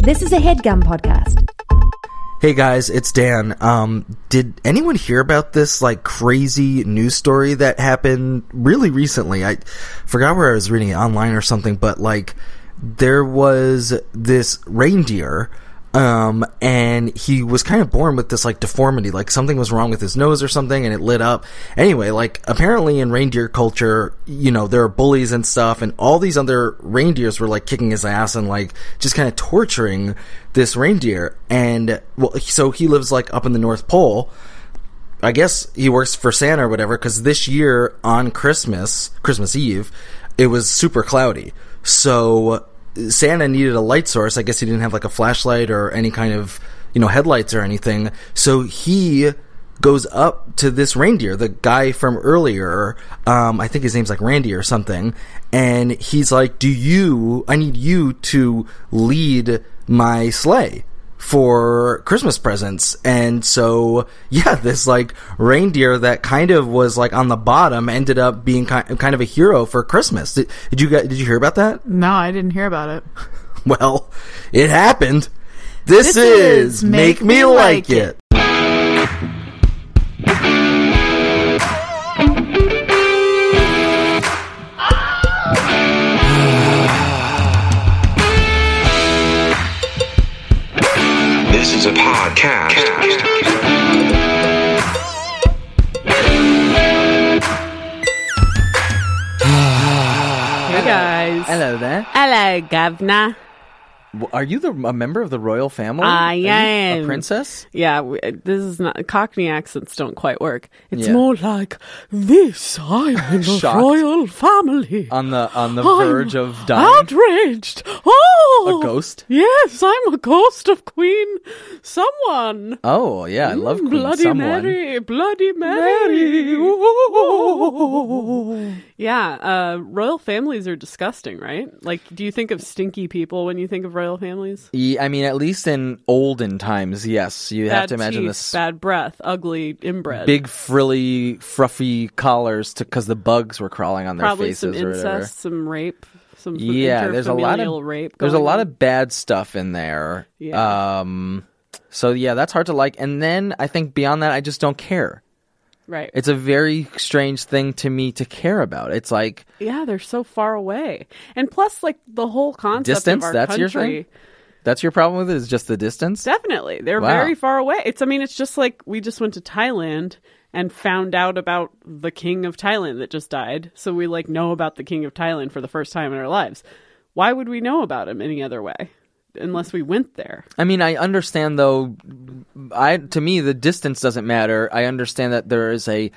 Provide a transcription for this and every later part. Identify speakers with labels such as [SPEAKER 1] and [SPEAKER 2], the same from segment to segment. [SPEAKER 1] This is a headgum podcast.
[SPEAKER 2] Hey guys, it's Dan. Um, did anyone hear about this like crazy news story that happened really recently? I forgot where I was reading it online or something, but like there was this reindeer um and he was kind of born with this like deformity like something was wrong with his nose or something and it lit up anyway like apparently in reindeer culture you know there are bullies and stuff and all these other reindeers were like kicking his ass and like just kind of torturing this reindeer and well so he lives like up in the north pole I guess he works for Santa or whatever because this year on Christmas, Christmas Eve, it was super cloudy. So Santa needed a light source. I guess he didn't have like a flashlight or any kind of, you know, headlights or anything. So he goes up to this reindeer, the guy from earlier. Um, I think his name's like Randy or something. And he's like, Do you, I need you to lead my sleigh for Christmas presents. And so, yeah, this like reindeer that kind of was like on the bottom ended up being ki- kind of a hero for Christmas. Did, did you guys, did you hear about that?
[SPEAKER 3] No, I didn't hear about it.
[SPEAKER 2] Well, it happened. This, is, Make Me Like It.
[SPEAKER 4] This is a podcast.
[SPEAKER 3] Hey guys.
[SPEAKER 5] Hello there.
[SPEAKER 6] Hello, governor.
[SPEAKER 5] W- Are you the, a member of the royal family?
[SPEAKER 6] I
[SPEAKER 5] Oh, Are you
[SPEAKER 6] am.
[SPEAKER 5] A princess?
[SPEAKER 6] Yeah, we, uh, this is not Cockney accents don't quite work. It's
[SPEAKER 5] Yeah.
[SPEAKER 6] more like this. I'm in the
[SPEAKER 5] Shocked.
[SPEAKER 6] royal family.
[SPEAKER 5] On the on the
[SPEAKER 6] Oh, I'm
[SPEAKER 5] verge of dying?
[SPEAKER 6] Outraged. Oh,
[SPEAKER 5] A ghost?
[SPEAKER 6] Yes, I'm a ghost of Queen. Someone.
[SPEAKER 5] Oh, yeah, I love Queen
[SPEAKER 6] Bloody
[SPEAKER 5] someone.
[SPEAKER 6] Mary, Bloody Mary. Ooh. Yeah, uh, royal families are disgusting, right? Like, do you think of stinky people when you think of royal families?
[SPEAKER 5] Ye- I mean, at least in olden times, yes, you have
[SPEAKER 6] bad
[SPEAKER 5] to imagine
[SPEAKER 6] teeth,
[SPEAKER 5] this
[SPEAKER 6] bad breath, ugly inbred,
[SPEAKER 5] big frilly, fruffy collars because the bugs were crawling on their
[SPEAKER 6] probably
[SPEAKER 5] faces
[SPEAKER 6] some
[SPEAKER 5] or whatever.
[SPEAKER 6] incest, some rape, some f-
[SPEAKER 5] Yeah, there's a lot
[SPEAKER 6] interfamilial
[SPEAKER 5] of
[SPEAKER 6] rape.
[SPEAKER 5] There's a
[SPEAKER 6] going
[SPEAKER 5] lot
[SPEAKER 6] on.
[SPEAKER 5] of bad stuff in there.
[SPEAKER 6] Yeah.
[SPEAKER 5] Um, so yeah, that's hard to like. And then I think beyond that, I just don't care.
[SPEAKER 6] right.
[SPEAKER 5] It's a very strange thing to me to care about. It's like
[SPEAKER 6] yeah, they're so far away, and plus, like the whole concept
[SPEAKER 5] Distance,
[SPEAKER 6] Of our
[SPEAKER 5] that's
[SPEAKER 6] country,
[SPEAKER 5] your thing? That's your problem with it is just the distance?
[SPEAKER 6] Definitely, they're
[SPEAKER 5] Wow.
[SPEAKER 6] very far away. It's. I mean, it's just like we just went to Thailand and found out about the king of Thailand that just died. So we like know about the king of Thailand for the first time in our lives. Why would we know about him any other way? Unless we went there.
[SPEAKER 5] I mean, I understand though I to me the distance doesn't matter. I understand that there is a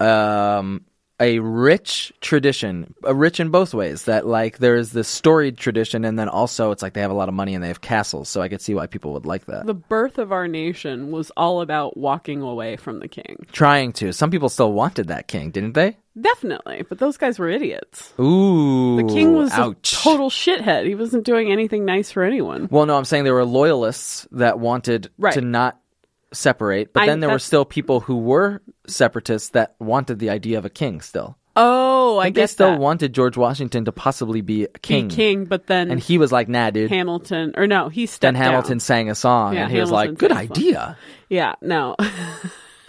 [SPEAKER 5] um a rich tradition, a rich in both ways. That like there is this storied tradition, and then also it's like they have a lot of money and they have castles. So I could see why people would like that.
[SPEAKER 6] The birth of our nation was all about walking away from the king.
[SPEAKER 5] Trying to, some people still wanted that king, didn't they?
[SPEAKER 6] Definitely, but those guys were idiots.
[SPEAKER 5] Ooh,
[SPEAKER 6] The king was
[SPEAKER 5] ouch.
[SPEAKER 6] a total shithead. He wasn't doing anything nice for anyone.
[SPEAKER 5] Well, no, I'm saying there were loyalists that wanted
[SPEAKER 6] Right.
[SPEAKER 5] to not separate, but
[SPEAKER 6] I-
[SPEAKER 5] then there were
[SPEAKER 6] that's-
[SPEAKER 5] still people who were separatists that wanted the idea of a king still.
[SPEAKER 6] Oh, I
[SPEAKER 5] they
[SPEAKER 6] guess
[SPEAKER 5] still
[SPEAKER 6] that.
[SPEAKER 5] wanted George Washington to possibly be a
[SPEAKER 6] Be
[SPEAKER 5] king.
[SPEAKER 6] king, but then
[SPEAKER 5] And he was like, nah, dude.
[SPEAKER 6] Hamilton or no, he
[SPEAKER 5] then
[SPEAKER 6] stepped
[SPEAKER 5] Hamilton
[SPEAKER 6] down.
[SPEAKER 5] sang a song
[SPEAKER 6] Yeah,
[SPEAKER 5] and he was
[SPEAKER 6] Hamilton
[SPEAKER 5] like, good
[SPEAKER 6] sang a song.
[SPEAKER 5] idea.
[SPEAKER 6] Yeah, no.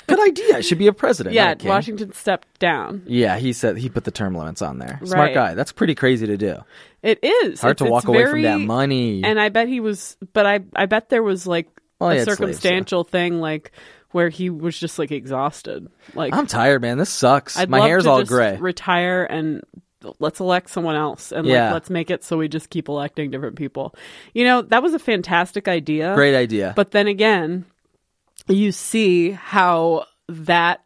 [SPEAKER 5] Good idea. Should be a president. not
[SPEAKER 6] yeah,
[SPEAKER 5] a king."
[SPEAKER 6] Washington stepped down.
[SPEAKER 5] Yeah, he said he put the term limits on there. Smart
[SPEAKER 6] Right.
[SPEAKER 5] guy. That's pretty crazy to do.
[SPEAKER 6] It is It's-
[SPEAKER 5] Hard to
[SPEAKER 6] it's
[SPEAKER 5] walk away from that
[SPEAKER 6] very-
[SPEAKER 5] money.
[SPEAKER 6] And I bet he was, but I I bet there was like
[SPEAKER 5] Well, he
[SPEAKER 6] a
[SPEAKER 5] had slaves, so.
[SPEAKER 6] circumstantial thing like where he was just like exhausted. Like
[SPEAKER 5] I'm tired, man. This sucks.
[SPEAKER 6] I'd
[SPEAKER 5] My
[SPEAKER 6] love
[SPEAKER 5] hair's
[SPEAKER 6] to
[SPEAKER 5] all
[SPEAKER 6] just
[SPEAKER 5] gray.
[SPEAKER 6] Retire and let's elect someone else, and
[SPEAKER 5] Yeah.
[SPEAKER 6] like, let's make it so we just keep electing different people. You know, that was a fantastic idea.
[SPEAKER 5] Great idea.
[SPEAKER 6] But then again, you see how that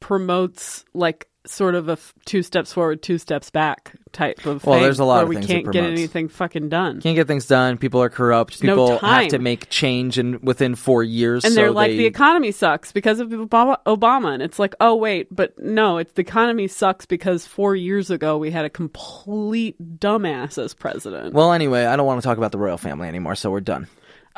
[SPEAKER 6] promotes like sort of a f- two steps forward, two steps back type of
[SPEAKER 5] Well,
[SPEAKER 6] thing
[SPEAKER 5] there's a lot
[SPEAKER 6] where
[SPEAKER 5] of
[SPEAKER 6] we
[SPEAKER 5] things it
[SPEAKER 6] can't get
[SPEAKER 5] promotes.
[SPEAKER 6] anything fucking done.
[SPEAKER 5] can't get things done. People are corrupt.
[SPEAKER 6] no
[SPEAKER 5] People
[SPEAKER 6] time.
[SPEAKER 5] have to make change in within four years.
[SPEAKER 6] and
[SPEAKER 5] so
[SPEAKER 6] they're like
[SPEAKER 5] they-
[SPEAKER 6] the economy sucks because of Obama, Obama, and it's like, oh wait, but no, it's the economy sucks because four years ago we had a complete dumbass as president.
[SPEAKER 5] Well, anyway, I don't want to talk about the royal family anymore, so we're done.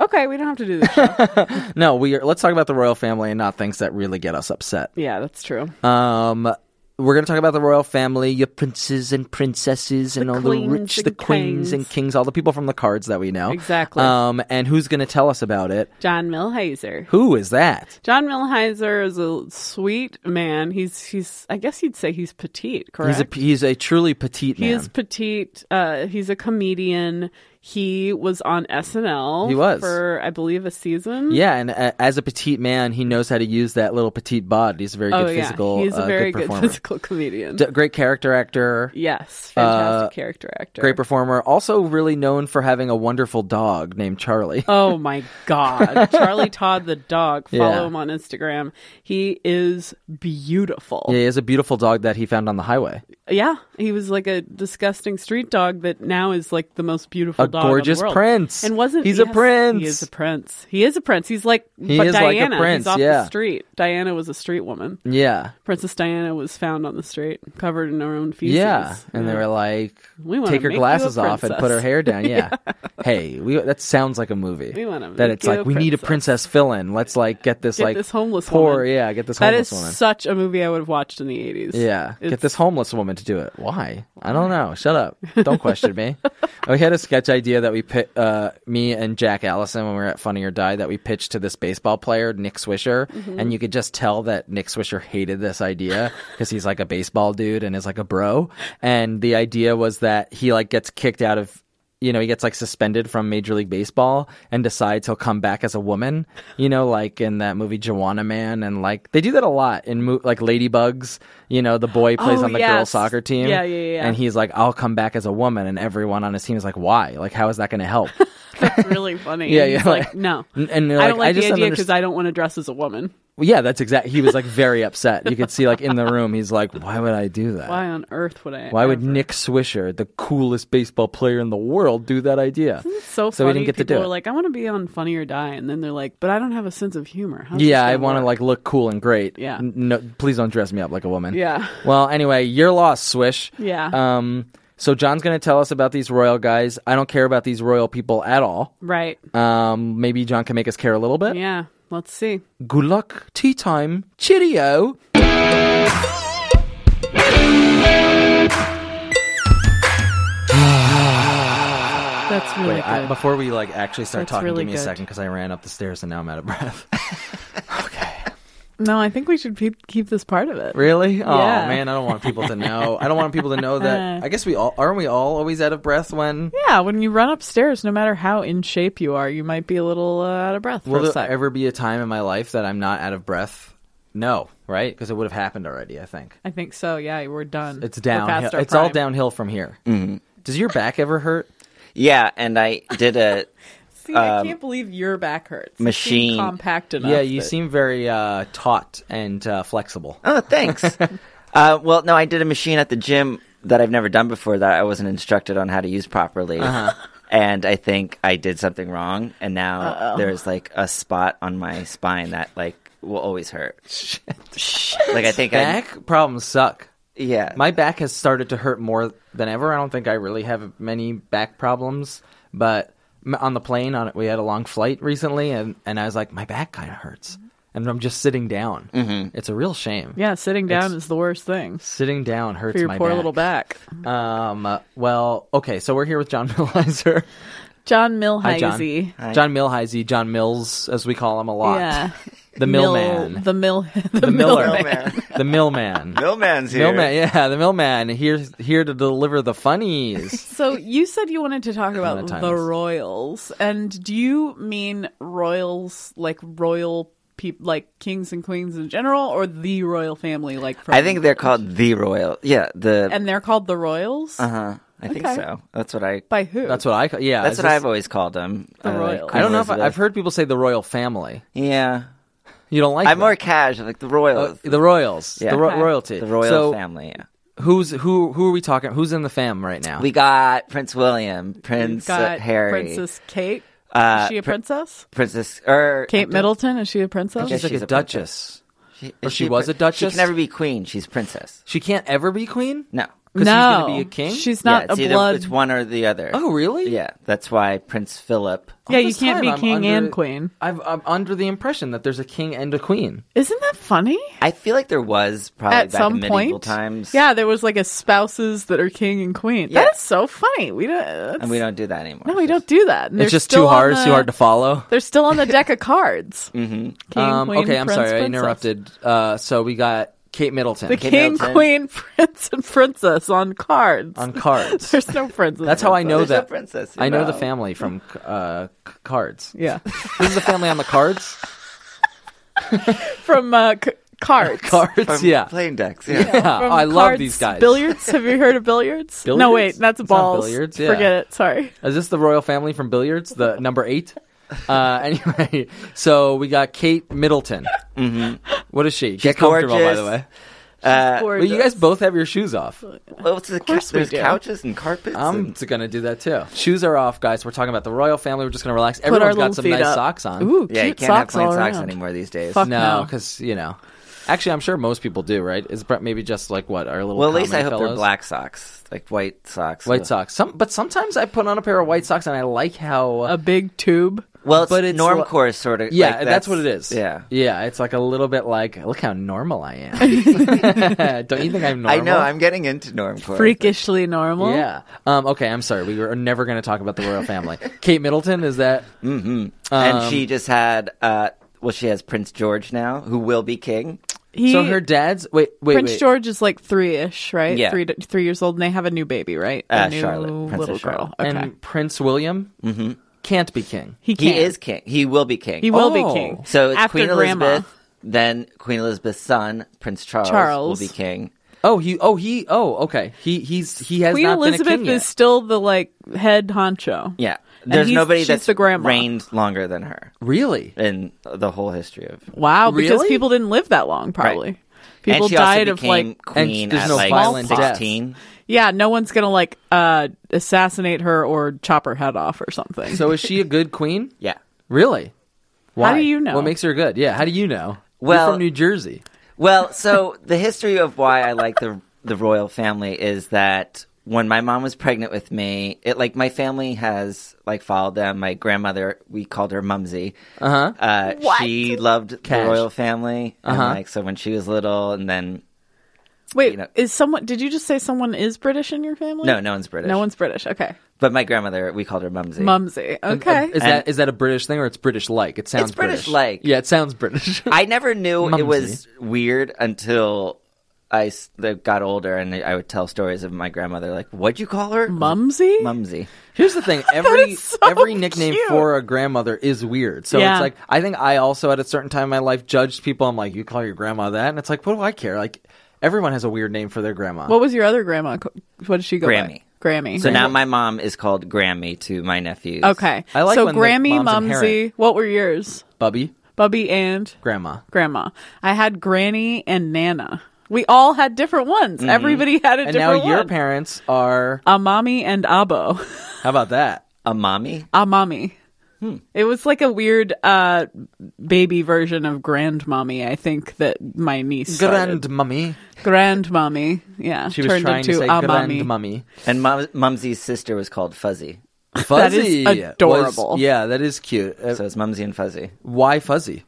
[SPEAKER 6] okay, we don't have to do this.
[SPEAKER 5] No, we are, let's talk about the royal family and not things that really get us upset.
[SPEAKER 6] yeah, that's true.
[SPEAKER 5] Um, we're going to talk about the royal family, your princes and princesses, and all the
[SPEAKER 6] queens
[SPEAKER 5] rich,
[SPEAKER 6] and
[SPEAKER 5] the queens
[SPEAKER 6] kings.
[SPEAKER 5] and kings, all the people from the cards that we know.
[SPEAKER 6] Exactly.
[SPEAKER 5] Um, and who's going to tell us about it?
[SPEAKER 6] John Milheiser.
[SPEAKER 5] Who is that?
[SPEAKER 6] John Milheiser is a sweet man. He's he's I guess you'd say he's petite, correct?
[SPEAKER 5] He's a he's a truly petite
[SPEAKER 6] he
[SPEAKER 5] man.
[SPEAKER 6] is petite. Uh, he's a comedian. He was on SNL.
[SPEAKER 5] He was.
[SPEAKER 6] for I believe a season.
[SPEAKER 5] yeah, and uh, as a petite man, he knows how to use that little petite bod. He's a very
[SPEAKER 6] Oh
[SPEAKER 5] good
[SPEAKER 6] yeah.
[SPEAKER 5] physical.
[SPEAKER 6] he's a
[SPEAKER 5] uh,
[SPEAKER 6] very
[SPEAKER 5] good
[SPEAKER 6] good,
[SPEAKER 5] performer.
[SPEAKER 6] physical comedian.
[SPEAKER 5] D- great character actor.
[SPEAKER 6] yes, fantastic
[SPEAKER 5] Uh,
[SPEAKER 6] character actor.
[SPEAKER 5] Great performer. Also, really known for having a wonderful dog named Charlie.
[SPEAKER 6] Oh my God. Charlie Todd the dog. Follow
[SPEAKER 5] Yeah.
[SPEAKER 6] him on Instagram. He is beautiful.
[SPEAKER 5] He has a beautiful dog that he found on the highway.
[SPEAKER 6] Yeah, he was like a disgusting street dog that now is like the most beautiful
[SPEAKER 5] A
[SPEAKER 6] dog. in the
[SPEAKER 5] gorgeous
[SPEAKER 6] world.
[SPEAKER 5] prince.
[SPEAKER 6] and wasn't
[SPEAKER 5] He's a prince.
[SPEAKER 6] He is a prince. He is a prince. He's like
[SPEAKER 5] He
[SPEAKER 6] but
[SPEAKER 5] is like a
[SPEAKER 6] Diana.
[SPEAKER 5] prince,
[SPEAKER 6] He's off
[SPEAKER 5] yeah.
[SPEAKER 6] the street. Diana was a street woman.
[SPEAKER 5] Yeah.
[SPEAKER 6] Princess Diana was found on the street, covered in her own feces.
[SPEAKER 5] Yeah, and they were like,
[SPEAKER 6] We wanna
[SPEAKER 5] take her
[SPEAKER 6] make you a
[SPEAKER 5] glasses off and put her
[SPEAKER 6] princess.
[SPEAKER 5] hair down. Yeah, hey, we, that sounds like a movie.
[SPEAKER 6] We wanna
[SPEAKER 5] that
[SPEAKER 6] make
[SPEAKER 5] it's
[SPEAKER 6] you
[SPEAKER 5] like
[SPEAKER 6] a
[SPEAKER 5] we need a
[SPEAKER 6] princess.
[SPEAKER 5] princess fill-in. Let's like get this
[SPEAKER 6] Get
[SPEAKER 5] like
[SPEAKER 6] this homeless
[SPEAKER 5] poor.
[SPEAKER 6] woman.
[SPEAKER 5] Yeah, get this
[SPEAKER 6] That
[SPEAKER 5] homeless
[SPEAKER 6] is
[SPEAKER 5] woman.
[SPEAKER 6] such a movie I would have watched in the eighties.
[SPEAKER 5] yeah, get this homeless woman to do it. Why? I don't know. Shut up. Don't question me. we had a sketch idea that we pit, uh, me and Jack Allison when we were at Funny or Die that we pitched to this baseball player Nick Swisher, and you could just tell that Nick Swisher hated this idea because he's like a baseball dude and is like a bro. And the idea was that he like gets kicked out of you know, he gets like suspended from Major League Baseball and decides he'll come back as a woman, you know, like in that movie Joanna Man. And like they do that a lot in mo- like Ladybugs, you know, the boy plays
[SPEAKER 6] Oh,
[SPEAKER 5] on the girl
[SPEAKER 6] yes.
[SPEAKER 5] soccer team.
[SPEAKER 6] Yeah, yeah, yeah.
[SPEAKER 5] And he's like, I'll come back as a woman. And everyone on his team is like, why? Like, how is that going to help?
[SPEAKER 6] That's really funny.
[SPEAKER 5] Yeah,
[SPEAKER 6] And he's
[SPEAKER 5] yeah,
[SPEAKER 6] Like,
[SPEAKER 5] like-
[SPEAKER 6] no,
[SPEAKER 5] And- and they're
[SPEAKER 6] I
[SPEAKER 5] like,
[SPEAKER 6] don't like
[SPEAKER 5] I
[SPEAKER 6] the
[SPEAKER 5] just don't
[SPEAKER 6] idea because
[SPEAKER 5] underst-
[SPEAKER 6] I don't want to dress as a woman.
[SPEAKER 5] Well, yeah, that's exact. He was like very upset. You could see like in the room, he's like, why would I do that?
[SPEAKER 6] Why on earth would I?
[SPEAKER 5] Why would
[SPEAKER 6] ever?
[SPEAKER 5] Nick Swisher, the coolest baseball player in the world, do that idea?
[SPEAKER 6] So,
[SPEAKER 5] So
[SPEAKER 6] funny.
[SPEAKER 5] we didn't get to
[SPEAKER 6] People
[SPEAKER 5] do
[SPEAKER 6] are
[SPEAKER 5] it.
[SPEAKER 6] like, I want to be on Funny or Die, and then they're like, but I don't have a sense of humor. How's this
[SPEAKER 5] Yeah, I
[SPEAKER 6] gonna
[SPEAKER 5] want to
[SPEAKER 6] work?
[SPEAKER 5] like look cool and great.
[SPEAKER 6] Yeah.
[SPEAKER 5] N- No, please don't dress me up like a woman.
[SPEAKER 6] Yeah.
[SPEAKER 5] Well, anyway, you're lost, Swish.
[SPEAKER 6] Yeah.
[SPEAKER 5] Um. So John's gonna tell us about these royal guys. I don't care about these royal people at all.
[SPEAKER 6] right.
[SPEAKER 5] Um. Maybe John can make us care a little bit.
[SPEAKER 6] Yeah. Let's see.
[SPEAKER 5] Good luck. Tea time. Cheerio.
[SPEAKER 6] That's really
[SPEAKER 5] Wait,
[SPEAKER 6] good.
[SPEAKER 5] I, before we like actually start
[SPEAKER 6] That's
[SPEAKER 5] talking,
[SPEAKER 6] really
[SPEAKER 5] give me a
[SPEAKER 6] good.
[SPEAKER 5] second because I ran up the stairs and now I'm out of breath.
[SPEAKER 6] no, I think we should keep keep this part of it.
[SPEAKER 5] really? Oh
[SPEAKER 6] Yeah.
[SPEAKER 5] man, I don't want people to know. I don't want people to know that.
[SPEAKER 6] Uh.
[SPEAKER 5] I guess we all aren't we all always out of breath when
[SPEAKER 6] Yeah, when you run upstairs, no matter how in shape you are, you might be a little uh, out of breath
[SPEAKER 5] Will
[SPEAKER 6] for a
[SPEAKER 5] there
[SPEAKER 6] sec.
[SPEAKER 5] ever be a time in my life that I'm not out of breath? No, right? Because it would have happened already. I think
[SPEAKER 6] I think so. Yeah, we're done.
[SPEAKER 5] it's
[SPEAKER 6] We're past
[SPEAKER 5] downhill.
[SPEAKER 6] our
[SPEAKER 5] It's all
[SPEAKER 6] prime.
[SPEAKER 5] downhill from here. Does your back ever hurt?
[SPEAKER 7] Yeah, and I did a
[SPEAKER 6] See, I can't believe your back hurts. You seem
[SPEAKER 7] machine.
[SPEAKER 6] compact enough.
[SPEAKER 5] um, yeah, you
[SPEAKER 6] that-
[SPEAKER 5] seem very uh, taut and uh, flexible.
[SPEAKER 7] oh thanks. uh, well, no, I did a machine at the gym that I've never done before that I wasn't instructed on how to use properly, and I think I did something wrong, and now there's like a spot on my spine that like will always hurt. Like I think I
[SPEAKER 5] Back problems suck.
[SPEAKER 7] yeah
[SPEAKER 5] My back has started to hurt more than ever. I don't think I really have many back problems, but m- on the plane, on it, we had a long flight recently, and, and I was like, my back kind of hurts, and I'm just sitting down. It's a real shame.
[SPEAKER 6] Yeah, sitting down is the worst thing
[SPEAKER 5] Sitting down hurts
[SPEAKER 6] for your
[SPEAKER 5] my
[SPEAKER 6] poor
[SPEAKER 5] back.
[SPEAKER 6] little back.
[SPEAKER 5] Um. uh, Well, okay. So we're here with John Millheiser.
[SPEAKER 6] John
[SPEAKER 5] Hi, John.
[SPEAKER 6] Milheisey.
[SPEAKER 5] John Millheisey. John Mills, as we call him a lot.
[SPEAKER 6] Yeah.
[SPEAKER 5] The millman.
[SPEAKER 6] The mill. The,
[SPEAKER 5] the miller.
[SPEAKER 7] Millman.
[SPEAKER 5] the millman.
[SPEAKER 7] Millman's here.
[SPEAKER 5] Millman. Yeah. The millman. Here, here to deliver the funnies.
[SPEAKER 6] So you said you wanted to talk about
[SPEAKER 5] time
[SPEAKER 6] the
[SPEAKER 5] is-
[SPEAKER 6] royals, and do you mean royals like royal people, like kings and queens in general, or the royal family? Like from,
[SPEAKER 7] I think they're called the royal. Yeah, the
[SPEAKER 6] and they're called the royals
[SPEAKER 7] uh huh. I think
[SPEAKER 6] Okay.
[SPEAKER 7] so. That's what I.
[SPEAKER 6] by who?
[SPEAKER 5] That's what I. call Yeah. is
[SPEAKER 7] That's what
[SPEAKER 5] this-
[SPEAKER 7] I've always called them.
[SPEAKER 6] The
[SPEAKER 7] Uh,
[SPEAKER 6] royal.
[SPEAKER 5] I don't know if I,
[SPEAKER 7] Elizabeth.
[SPEAKER 5] I've heard people say the royal family.
[SPEAKER 7] Yeah,
[SPEAKER 5] You don't like.
[SPEAKER 7] I'm
[SPEAKER 5] that.
[SPEAKER 7] more cash. Like the
[SPEAKER 5] Uh,
[SPEAKER 7] royals.
[SPEAKER 5] the royals.
[SPEAKER 7] Yeah.
[SPEAKER 5] The ro-
[SPEAKER 7] Okay.
[SPEAKER 5] royalty.
[SPEAKER 7] The royal
[SPEAKER 5] so
[SPEAKER 7] family. Yeah.
[SPEAKER 5] Who's who? Who are we talking? Who's in the fam right now?
[SPEAKER 7] We got Prince William,
[SPEAKER 6] We've
[SPEAKER 7] Prince uh,
[SPEAKER 6] got
[SPEAKER 7] Harry,
[SPEAKER 6] Princess Kate.
[SPEAKER 7] Uh,
[SPEAKER 6] is she a
[SPEAKER 7] Pri-
[SPEAKER 6] princess?
[SPEAKER 7] Princess er, or
[SPEAKER 6] Kate Middleton. Is she a princess?
[SPEAKER 7] guess
[SPEAKER 5] She's like
[SPEAKER 7] she's
[SPEAKER 5] a
[SPEAKER 7] a
[SPEAKER 5] duchess.
[SPEAKER 7] She, is
[SPEAKER 5] Or Oh, she
[SPEAKER 7] a
[SPEAKER 5] was
[SPEAKER 7] prin-
[SPEAKER 5] a duchess?
[SPEAKER 7] She can never be queen. She's princess.
[SPEAKER 5] She can't ever be queen.
[SPEAKER 7] No,
[SPEAKER 5] Because he's
[SPEAKER 6] no,
[SPEAKER 5] going to be a king?
[SPEAKER 6] She's not
[SPEAKER 7] yeah, it's
[SPEAKER 6] a
[SPEAKER 7] either
[SPEAKER 6] blood.
[SPEAKER 7] it's one or the other.
[SPEAKER 5] Oh, really?
[SPEAKER 7] Yeah, that's why Prince Philip.
[SPEAKER 6] yeah,
[SPEAKER 5] All
[SPEAKER 6] you
[SPEAKER 5] this
[SPEAKER 6] can't
[SPEAKER 5] time
[SPEAKER 6] be
[SPEAKER 5] I'm
[SPEAKER 6] king
[SPEAKER 5] under-
[SPEAKER 6] and queen.
[SPEAKER 5] I've, I'm under the impression that there's a king and a queen.
[SPEAKER 6] Isn't that funny?
[SPEAKER 7] I feel like there was probably
[SPEAKER 6] At
[SPEAKER 7] back
[SPEAKER 6] some
[SPEAKER 7] in medieval
[SPEAKER 6] point,
[SPEAKER 7] times.
[SPEAKER 6] yeah, there was like a spouses that are king and queen.
[SPEAKER 7] Yeah.
[SPEAKER 6] That is so funny. We don't. that's-
[SPEAKER 7] and we don't do that anymore.
[SPEAKER 6] No, we don't do that. And
[SPEAKER 5] It's just too hard. It's too hard to follow.
[SPEAKER 6] They're still on the deck of cards. mm-hmm. King,
[SPEAKER 5] Um,
[SPEAKER 6] queen,
[SPEAKER 5] okay, I'm
[SPEAKER 6] prince,
[SPEAKER 5] sorry. I
[SPEAKER 6] princess.
[SPEAKER 5] interrupted. Uh, so we got Kate Middleton
[SPEAKER 6] The
[SPEAKER 7] Kate
[SPEAKER 6] king,
[SPEAKER 7] Middleton.
[SPEAKER 6] queen, prince, and princess on cards.
[SPEAKER 5] on cards.
[SPEAKER 6] There's no princess.
[SPEAKER 5] That's how I know
[SPEAKER 7] There's no
[SPEAKER 5] that.
[SPEAKER 7] princess, you
[SPEAKER 5] I know,
[SPEAKER 7] know.
[SPEAKER 5] the family from uh, c- cards.
[SPEAKER 6] Yeah,
[SPEAKER 5] This is the family on the cards.
[SPEAKER 6] from uh, c- cards.
[SPEAKER 5] Cards.
[SPEAKER 7] From
[SPEAKER 5] yeah.
[SPEAKER 7] Playing decks. Yeah.
[SPEAKER 5] Yeah,
[SPEAKER 6] From
[SPEAKER 5] I love
[SPEAKER 6] cards.
[SPEAKER 5] these guys.
[SPEAKER 6] Billiards. Have you heard of billiards? No,
[SPEAKER 5] Billiards?
[SPEAKER 6] wait, that's
[SPEAKER 5] It's not
[SPEAKER 6] balls.
[SPEAKER 5] billiards, yeah.
[SPEAKER 6] Forget it. Sorry.
[SPEAKER 5] Is this the royal family from Billiards, the number eight? Uh, anyway, so we got Kate Middleton. Mm-hmm. What is she? Get comfortable, by the
[SPEAKER 7] gorgeous.
[SPEAKER 5] way.
[SPEAKER 7] Uh,
[SPEAKER 5] But you guys both have your shoes off.
[SPEAKER 7] well, it's Uh, the ca-
[SPEAKER 6] we
[SPEAKER 7] there's
[SPEAKER 6] do.
[SPEAKER 7] couches and carpets.
[SPEAKER 5] I'm
[SPEAKER 7] and-
[SPEAKER 5] t- gonna do that too. Shoes are off, guys. We're talking about the royal family. We're just gonna relax.
[SPEAKER 6] Put our
[SPEAKER 5] Everyone's
[SPEAKER 6] little
[SPEAKER 5] got some
[SPEAKER 6] feet
[SPEAKER 5] nice
[SPEAKER 6] up.
[SPEAKER 5] socks on.
[SPEAKER 6] Ooh,
[SPEAKER 7] yeah, you
[SPEAKER 6] cute
[SPEAKER 7] can't have
[SPEAKER 6] socks
[SPEAKER 7] plain
[SPEAKER 6] all
[SPEAKER 7] socks
[SPEAKER 6] around.
[SPEAKER 7] anymore these days.
[SPEAKER 6] Fuck.
[SPEAKER 5] No,
[SPEAKER 6] No.
[SPEAKER 5] because you know. Actually, I'm sure most people do, right? Is maybe just like what our little.
[SPEAKER 7] Well, at least I
[SPEAKER 5] comedy
[SPEAKER 7] hope they're
[SPEAKER 5] fellows?
[SPEAKER 7] black socks, like white socks.
[SPEAKER 5] White socks. Some, but sometimes I put on a pair of white socks, and I like how.
[SPEAKER 6] A big tube.
[SPEAKER 7] Well, it's
[SPEAKER 5] But it's
[SPEAKER 7] normcore
[SPEAKER 5] li-
[SPEAKER 7] sort of.
[SPEAKER 5] yeah,
[SPEAKER 7] like,
[SPEAKER 5] that's, what it is.
[SPEAKER 7] Yeah.
[SPEAKER 5] yeah. It's like a little bit like, look how normal I am. Don't you think I'm normal?
[SPEAKER 7] I know. I'm getting into normcore.
[SPEAKER 6] Freakishly normal.
[SPEAKER 5] Yeah. Um, okay. I'm sorry. We were never going to talk about the royal family. Kate Middleton is that?
[SPEAKER 7] and she just had. Uh, well, she has Prince George now, who will be king.
[SPEAKER 6] He,
[SPEAKER 5] so her dad's. Wait, wait,
[SPEAKER 6] Prince
[SPEAKER 5] wait.
[SPEAKER 6] George is like three ish, right?
[SPEAKER 7] Yeah.
[SPEAKER 6] Three three years old, and they have a new baby, right?
[SPEAKER 7] Uh,
[SPEAKER 6] a new
[SPEAKER 7] Charlotte, Princess
[SPEAKER 6] little girl.
[SPEAKER 7] Charlotte.
[SPEAKER 6] Okay.
[SPEAKER 5] and Prince William can't be king.
[SPEAKER 6] he
[SPEAKER 7] He
[SPEAKER 6] can.
[SPEAKER 7] is king. He will be king.
[SPEAKER 6] He will
[SPEAKER 5] Oh.
[SPEAKER 6] be king.
[SPEAKER 7] So it's
[SPEAKER 6] after
[SPEAKER 7] Queen
[SPEAKER 6] grandma.
[SPEAKER 7] Elizabeth, then Queen Elizabeth's son, Prince Charles,
[SPEAKER 6] Charles.
[SPEAKER 7] will be king.
[SPEAKER 5] Oh, he. Oh, he. Oh, okay. He. He's. He has
[SPEAKER 6] Queen
[SPEAKER 5] not been a
[SPEAKER 6] Elizabeth
[SPEAKER 5] king
[SPEAKER 6] is
[SPEAKER 5] yet.
[SPEAKER 6] still the like head honcho.
[SPEAKER 7] Yeah, there's
[SPEAKER 6] he's-
[SPEAKER 7] nobody
[SPEAKER 6] she's
[SPEAKER 7] that's
[SPEAKER 6] the grandma.
[SPEAKER 7] reigned longer than her
[SPEAKER 5] really.
[SPEAKER 7] in the whole history of.
[SPEAKER 6] Wow, because
[SPEAKER 5] Really?
[SPEAKER 6] people didn't live that long, probably.
[SPEAKER 7] Right.
[SPEAKER 6] People
[SPEAKER 7] and she
[SPEAKER 6] died
[SPEAKER 7] also
[SPEAKER 6] of
[SPEAKER 7] became
[SPEAKER 6] like
[SPEAKER 7] queen
[SPEAKER 5] And there's
[SPEAKER 7] at
[SPEAKER 5] no
[SPEAKER 7] like
[SPEAKER 5] violent death.
[SPEAKER 7] sixteen.
[SPEAKER 6] yeah, no one's gonna like uh assassinate her or chop her head off or something.
[SPEAKER 5] So is she a good queen?
[SPEAKER 7] Yeah.
[SPEAKER 5] Really? Why?
[SPEAKER 6] do you know?
[SPEAKER 5] What makes her good? Yeah. How do you know?
[SPEAKER 7] Well-
[SPEAKER 5] You're from New Jersey.
[SPEAKER 7] Well, so the history of why I like the the royal family is that when my mom was pregnant with me, it like my family has like followed them. My grandmother, we called her Mumsy. Uh-huh. Uh She loved
[SPEAKER 5] Cash.
[SPEAKER 7] the royal family, and like so when she was little, and then
[SPEAKER 6] Wait,
[SPEAKER 7] you know-
[SPEAKER 6] is someone did you just say someone is British in your family?
[SPEAKER 7] no, no one's British.
[SPEAKER 6] No one's British. Okay.
[SPEAKER 7] But my grandmother, we called her Mumsy.
[SPEAKER 6] Mumsy. Okay.
[SPEAKER 5] Um, Is that is that a British thing or it's British like? It sounds
[SPEAKER 7] British-like.
[SPEAKER 5] Yeah, it sounds British.
[SPEAKER 7] I never knew
[SPEAKER 5] Mumsy.
[SPEAKER 7] it was weird until I s- got older, and I would tell stories of my grandmother, like, "What'd you call her?"
[SPEAKER 6] Mumsy?
[SPEAKER 7] Mumsy.
[SPEAKER 5] Here's the thing: every
[SPEAKER 6] is so
[SPEAKER 5] every nickname
[SPEAKER 6] cute.
[SPEAKER 5] for a grandmother is weird. So
[SPEAKER 6] Yeah.
[SPEAKER 5] it's like I think I also at a certain time in my life judged people. I'm like, you call your grandma that, and it's like, what do I care? Like everyone has a weird name for their grandma.
[SPEAKER 6] what was your other grandma? co- What did she go
[SPEAKER 7] Grammy.
[SPEAKER 6] by? Grammy.
[SPEAKER 7] So now my mom is called Grammy to my nephews.
[SPEAKER 6] Okay.
[SPEAKER 5] I like
[SPEAKER 6] so
[SPEAKER 5] when the
[SPEAKER 6] Grammy,
[SPEAKER 5] mom's
[SPEAKER 6] Mumsy.
[SPEAKER 5] inherent.
[SPEAKER 6] What were yours?
[SPEAKER 5] Bubby,
[SPEAKER 6] Bubby and
[SPEAKER 5] grandma.
[SPEAKER 6] grandma. I had Granny and Nana. We all had different ones. Everybody had a
[SPEAKER 5] Mm-hmm. And now
[SPEAKER 6] different
[SPEAKER 5] your
[SPEAKER 6] one.
[SPEAKER 5] parents are.
[SPEAKER 6] Amami and Abo.
[SPEAKER 5] How about that?
[SPEAKER 7] A mommy?
[SPEAKER 6] Amami.
[SPEAKER 5] Hmm.
[SPEAKER 6] It was like a weird uh, baby version of grandmommy. I think that my niece started.
[SPEAKER 5] Grandmummy.
[SPEAKER 6] grandmommy. Yeah,
[SPEAKER 5] She was
[SPEAKER 6] turned
[SPEAKER 5] trying
[SPEAKER 6] into
[SPEAKER 5] to say
[SPEAKER 6] Amami.
[SPEAKER 5] grandmummy.
[SPEAKER 7] And Mum- Mumsy's sister was called Fuzzy.
[SPEAKER 5] Fuzzy.
[SPEAKER 6] is
[SPEAKER 5] was-
[SPEAKER 6] adorable.
[SPEAKER 5] yeah, that is cute. Uh,
[SPEAKER 7] So it's Mumsy and Fuzzy.
[SPEAKER 5] why fuzzy?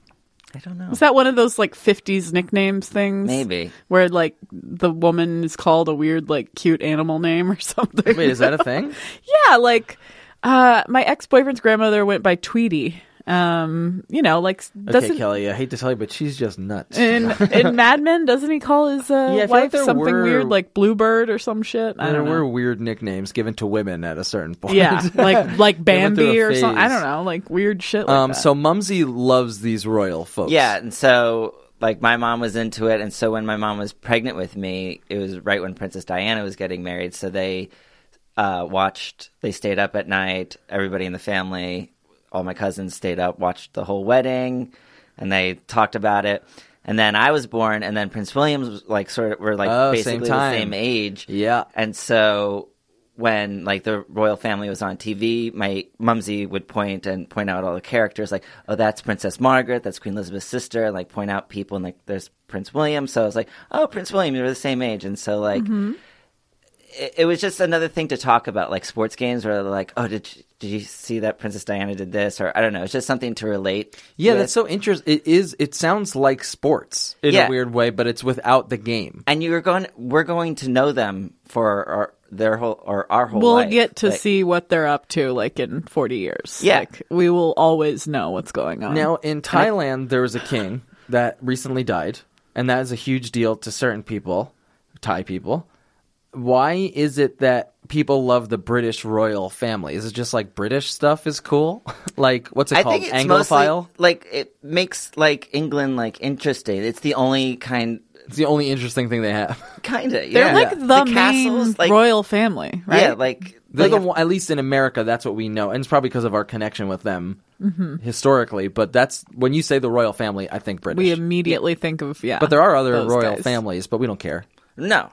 [SPEAKER 7] I don't know.
[SPEAKER 6] Is that one of those like '50s nicknames things?
[SPEAKER 7] Maybe.
[SPEAKER 6] where like the woman is called a weird like cute animal name or something.
[SPEAKER 5] Wait, is that a thing?
[SPEAKER 6] yeah, like uh, my ex boyfriend's grandmother went by Tweety. Um, you know, like s- doesn't Eh,
[SPEAKER 5] okay, Kelly. I hate to tell you, but she's just nuts.
[SPEAKER 6] in in Mad Men doesn't he call his uh,
[SPEAKER 5] Yeah, I feel like
[SPEAKER 6] wife
[SPEAKER 5] there
[SPEAKER 6] something
[SPEAKER 5] were-
[SPEAKER 6] weird like Bluebird or some shit? I
[SPEAKER 5] there
[SPEAKER 6] don't
[SPEAKER 5] were
[SPEAKER 6] know.
[SPEAKER 5] weird nicknames given to women at a certain point.
[SPEAKER 6] Yeah, like like
[SPEAKER 5] They went through
[SPEAKER 6] Bambi
[SPEAKER 5] a
[SPEAKER 6] or something. I
[SPEAKER 5] phase.
[SPEAKER 6] don't know, like weird shit. Like
[SPEAKER 5] Um,
[SPEAKER 6] that.
[SPEAKER 5] so Mumsy loves these royal folks.
[SPEAKER 7] Yeah, and so like my mom was into it, and so when my mom was pregnant with me, it was right when Princess Diana was getting married. So they uh, watched. They stayed up at night. Everybody in the family, all my cousins, stayed up, watched the whole wedding, and they talked about it. And then I was born, and then Prince William's was, like sort of were like
[SPEAKER 5] Oh, same
[SPEAKER 7] basically the
[SPEAKER 5] time.
[SPEAKER 7] same age.
[SPEAKER 5] Yeah.
[SPEAKER 7] And so when like the royal family was on TV, my mumsy would point and point out all the characters, like, oh, that's Princess Margaret, that's Queen Elizabeth's sister, and like point out
[SPEAKER 6] Mm-hmm.
[SPEAKER 7] people, and like there's Prince William. So I was like, oh, Prince William, you're the same age, and so like it, it was just another thing to talk about, like sports games, where they're like, oh, did you, did you see that Princess Diana did this, or I don't know. It's just something to relate.
[SPEAKER 5] Yeah,
[SPEAKER 7] with.
[SPEAKER 5] that's so interesting. It is. It sounds like sports in
[SPEAKER 7] Yeah.
[SPEAKER 5] a weird way, but it's without the game.
[SPEAKER 7] and you're going. We're going to know them for our, their whole or our whole.
[SPEAKER 6] We'll
[SPEAKER 7] life.
[SPEAKER 6] get to
[SPEAKER 7] Like,
[SPEAKER 6] see what they're up to like in 40 years.
[SPEAKER 7] Yeah.
[SPEAKER 6] Like, we will always know what's going on.
[SPEAKER 7] Um,
[SPEAKER 5] Now in Thailand, there was a king that recently died, and that is a huge deal to certain people, Thai people. Why is it that people love the British royal family? Is it just like British stuff is cool? like what's it
[SPEAKER 7] I
[SPEAKER 5] called?
[SPEAKER 7] think it's
[SPEAKER 5] Anglophile.
[SPEAKER 7] mostly like it makes like England like interesting. It's the only kind,
[SPEAKER 5] It's the only interesting thing they have.
[SPEAKER 7] kind of.
[SPEAKER 6] they're
[SPEAKER 7] yeah.
[SPEAKER 6] like the, main
[SPEAKER 7] castles, like,
[SPEAKER 6] royal family, right?
[SPEAKER 7] Yeah, like
[SPEAKER 5] They're
[SPEAKER 7] like
[SPEAKER 5] the one, at least in America, that's what we know, and it's probably because of our connection with them
[SPEAKER 7] Mm-hmm.
[SPEAKER 5] historically. But that's when you say the royal family, I think British.
[SPEAKER 6] we immediately think of yeah.
[SPEAKER 5] but there are other
[SPEAKER 6] those
[SPEAKER 5] royal
[SPEAKER 6] guys.
[SPEAKER 5] families, but we don't care.
[SPEAKER 7] no,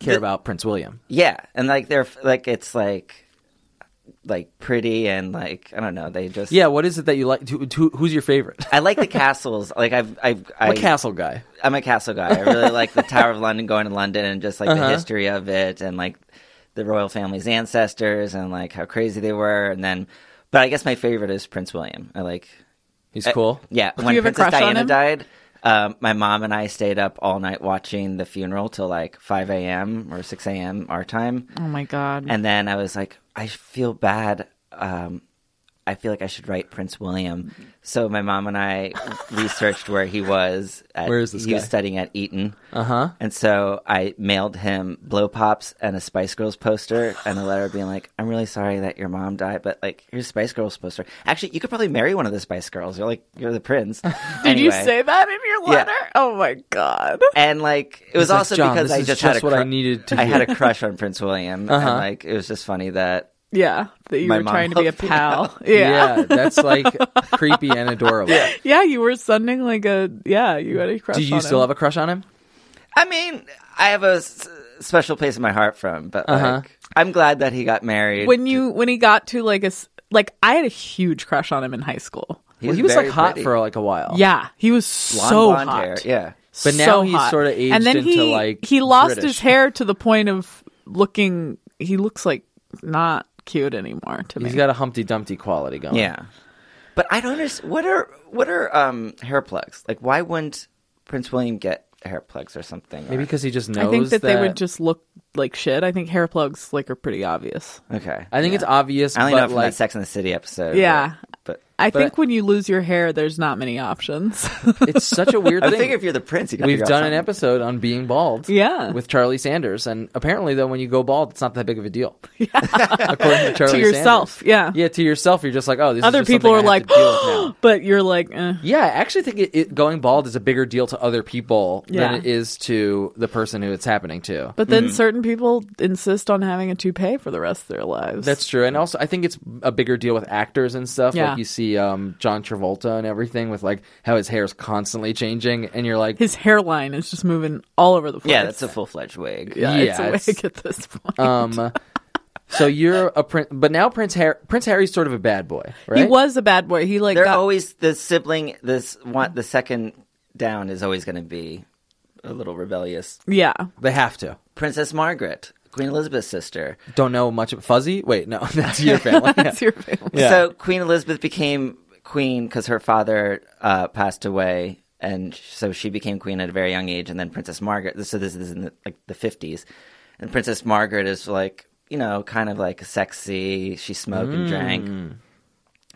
[SPEAKER 5] Care about Prince William.
[SPEAKER 7] yeah, and like they're like it's like like pretty and like I don't know. They just
[SPEAKER 5] Yeah, what is it that you like? Who, who- who's your favorite?
[SPEAKER 7] I like the castles. Like I've, I've, I,
[SPEAKER 5] I'm a castle guy.
[SPEAKER 7] I'm a castle guy. I really like the Tower of London, going to London, and just like
[SPEAKER 5] Uh-huh.
[SPEAKER 7] the history of it, and like the royal family's ancestors, and like how crazy they were, and then. But I guess my favorite is Prince William. I like,
[SPEAKER 5] He's cool.
[SPEAKER 7] yeah.
[SPEAKER 6] you
[SPEAKER 7] when
[SPEAKER 6] have a
[SPEAKER 7] Princess
[SPEAKER 6] crush on
[SPEAKER 7] Diana
[SPEAKER 6] him?
[SPEAKER 7] died, um, my mom and I stayed up all night watching the funeral till like 5 a.m. or 6 a.m. our time,
[SPEAKER 6] Oh my god.
[SPEAKER 5] Mm-hmm.
[SPEAKER 7] and then I was like, I feel bad. Um, I feel like I should write Prince William.
[SPEAKER 5] Mm-hmm.
[SPEAKER 7] So my mom and I researched where he was. At,
[SPEAKER 5] Where is this
[SPEAKER 7] He
[SPEAKER 5] guy?
[SPEAKER 7] was
[SPEAKER 5] Uh-huh.
[SPEAKER 7] studying at Eton. Uh huh. And so I mailed him blow pops and a Spice Girls poster and a letter being like, "I'm really sorry that your mom died, but like, here's a Spice Girls poster. Actually, you could probably marry one of the Spice Girls. You're like, you're the prince." Did
[SPEAKER 6] Did you say that in your
[SPEAKER 7] Yeah.
[SPEAKER 6] letter? Oh my god.
[SPEAKER 7] and like it was
[SPEAKER 5] like,
[SPEAKER 7] also
[SPEAKER 5] "John,
[SPEAKER 7] because
[SPEAKER 5] this
[SPEAKER 7] I
[SPEAKER 5] is
[SPEAKER 7] just,
[SPEAKER 5] just
[SPEAKER 7] had a
[SPEAKER 5] what I
[SPEAKER 7] cru-
[SPEAKER 5] needed to Uh-huh.
[SPEAKER 7] I had a crush on Prince William, and like it was just funny that
[SPEAKER 6] Yeah, that you
[SPEAKER 7] My
[SPEAKER 6] were
[SPEAKER 7] mom
[SPEAKER 6] trying to be a
[SPEAKER 7] helped me
[SPEAKER 6] pal. Yeah. yeah.
[SPEAKER 5] that's like creepy and adorable.
[SPEAKER 6] you were sending like a yeah, you had a crush
[SPEAKER 5] Do you
[SPEAKER 6] on
[SPEAKER 5] still
[SPEAKER 6] him.
[SPEAKER 5] have a crush on him?
[SPEAKER 7] I mean, I have a s- special place in my heart for him, but
[SPEAKER 5] Uh-huh.
[SPEAKER 7] like, I'm glad that he got married.
[SPEAKER 6] when you when he got to like a s- like I had a huge crush on him in high school.
[SPEAKER 5] well, he was
[SPEAKER 7] very
[SPEAKER 5] like hot
[SPEAKER 7] pretty.
[SPEAKER 5] for like a while.
[SPEAKER 6] Yeah, he was
[SPEAKER 7] Blonde,
[SPEAKER 6] so
[SPEAKER 7] blonde
[SPEAKER 6] hot.
[SPEAKER 7] hair. Yeah,
[SPEAKER 5] But now
[SPEAKER 6] So
[SPEAKER 5] he's
[SPEAKER 6] hot.
[SPEAKER 5] sorta aged
[SPEAKER 6] and then
[SPEAKER 5] into,
[SPEAKER 6] he,
[SPEAKER 5] like,
[SPEAKER 6] he lost
[SPEAKER 5] British.
[SPEAKER 6] his hair to the point of looking. He looks like not cute anymore to me.
[SPEAKER 5] He's got a Humpty Dumpty quality going.
[SPEAKER 7] yeah. But I don't understand. What are what are um, hair plugs? Like, why wouldn't Prince William get hair plugs or something?
[SPEAKER 5] Maybe because he just knows
[SPEAKER 6] I think that, they would just look like shit. I think hair plugs like are pretty obvious.
[SPEAKER 7] okay.
[SPEAKER 5] I think it's obvious,
[SPEAKER 7] I only
[SPEAKER 5] but
[SPEAKER 7] know from
[SPEAKER 5] like
[SPEAKER 7] that Sex and the City episode.
[SPEAKER 6] Yeah.
[SPEAKER 7] but,
[SPEAKER 6] I
[SPEAKER 5] But-
[SPEAKER 6] think when you lose your hair, there's not many options.
[SPEAKER 5] it's such a weird
[SPEAKER 7] but I
[SPEAKER 5] thing.
[SPEAKER 7] think if you're the prince, you gotta
[SPEAKER 5] We've
[SPEAKER 7] figure out
[SPEAKER 5] done an
[SPEAKER 7] something.
[SPEAKER 5] episode on being bald.
[SPEAKER 6] Yeah.
[SPEAKER 5] With Charlie Sanders. And apparently, though, when you go bald, it's not that big of a deal. According to Charlie
[SPEAKER 6] to yourself,
[SPEAKER 5] Sanders.
[SPEAKER 6] yeah.
[SPEAKER 5] Yeah, to yourself, you're just like, oh, this
[SPEAKER 6] Other
[SPEAKER 5] is just
[SPEAKER 6] people
[SPEAKER 5] something
[SPEAKER 6] are
[SPEAKER 5] I have
[SPEAKER 6] like,
[SPEAKER 5] to deal with now.
[SPEAKER 6] but you're like, eh.
[SPEAKER 5] Yeah, I actually think it, it, going bald is a bigger deal to other people
[SPEAKER 6] Yeah.
[SPEAKER 5] than it is to the person who it's happening to.
[SPEAKER 6] But then certain people insist on having a toupee for the rest of their lives.
[SPEAKER 5] That's true, and also I think it's a bigger deal with actors and stuff.
[SPEAKER 6] Yeah.
[SPEAKER 5] Like you see um, John Travolta and everything with like how his hair is constantly changing, and you're like,
[SPEAKER 6] his hairline is just moving all over the place.
[SPEAKER 7] Yeah, that's a full fledged wig.
[SPEAKER 6] yeah, it's
[SPEAKER 5] Yeah,
[SPEAKER 6] a
[SPEAKER 5] it's-
[SPEAKER 6] wig at this point.
[SPEAKER 5] um, so you're a prince, but now Prince Harry, Prince Harry's sort of a bad boy, right?
[SPEAKER 6] He was a bad boy. He like
[SPEAKER 7] They're
[SPEAKER 6] got
[SPEAKER 7] always the sibling. This one, the second down is always going to be a little rebellious.
[SPEAKER 6] yeah.
[SPEAKER 5] They have to.
[SPEAKER 7] Princess Margaret, Queen Elizabeth's sister.
[SPEAKER 5] Don't know much. Of, fuzzy? Wait, no, that's your family.
[SPEAKER 6] That's your family.
[SPEAKER 5] Yeah.
[SPEAKER 7] So Queen Elizabeth became queen because her father uh, passed away, and so she became queen at a very young age. And then Princess Margaret. So this is in the, like the fifties, and Princess Margaret is like you know kind of like sexy. She smoked and drank,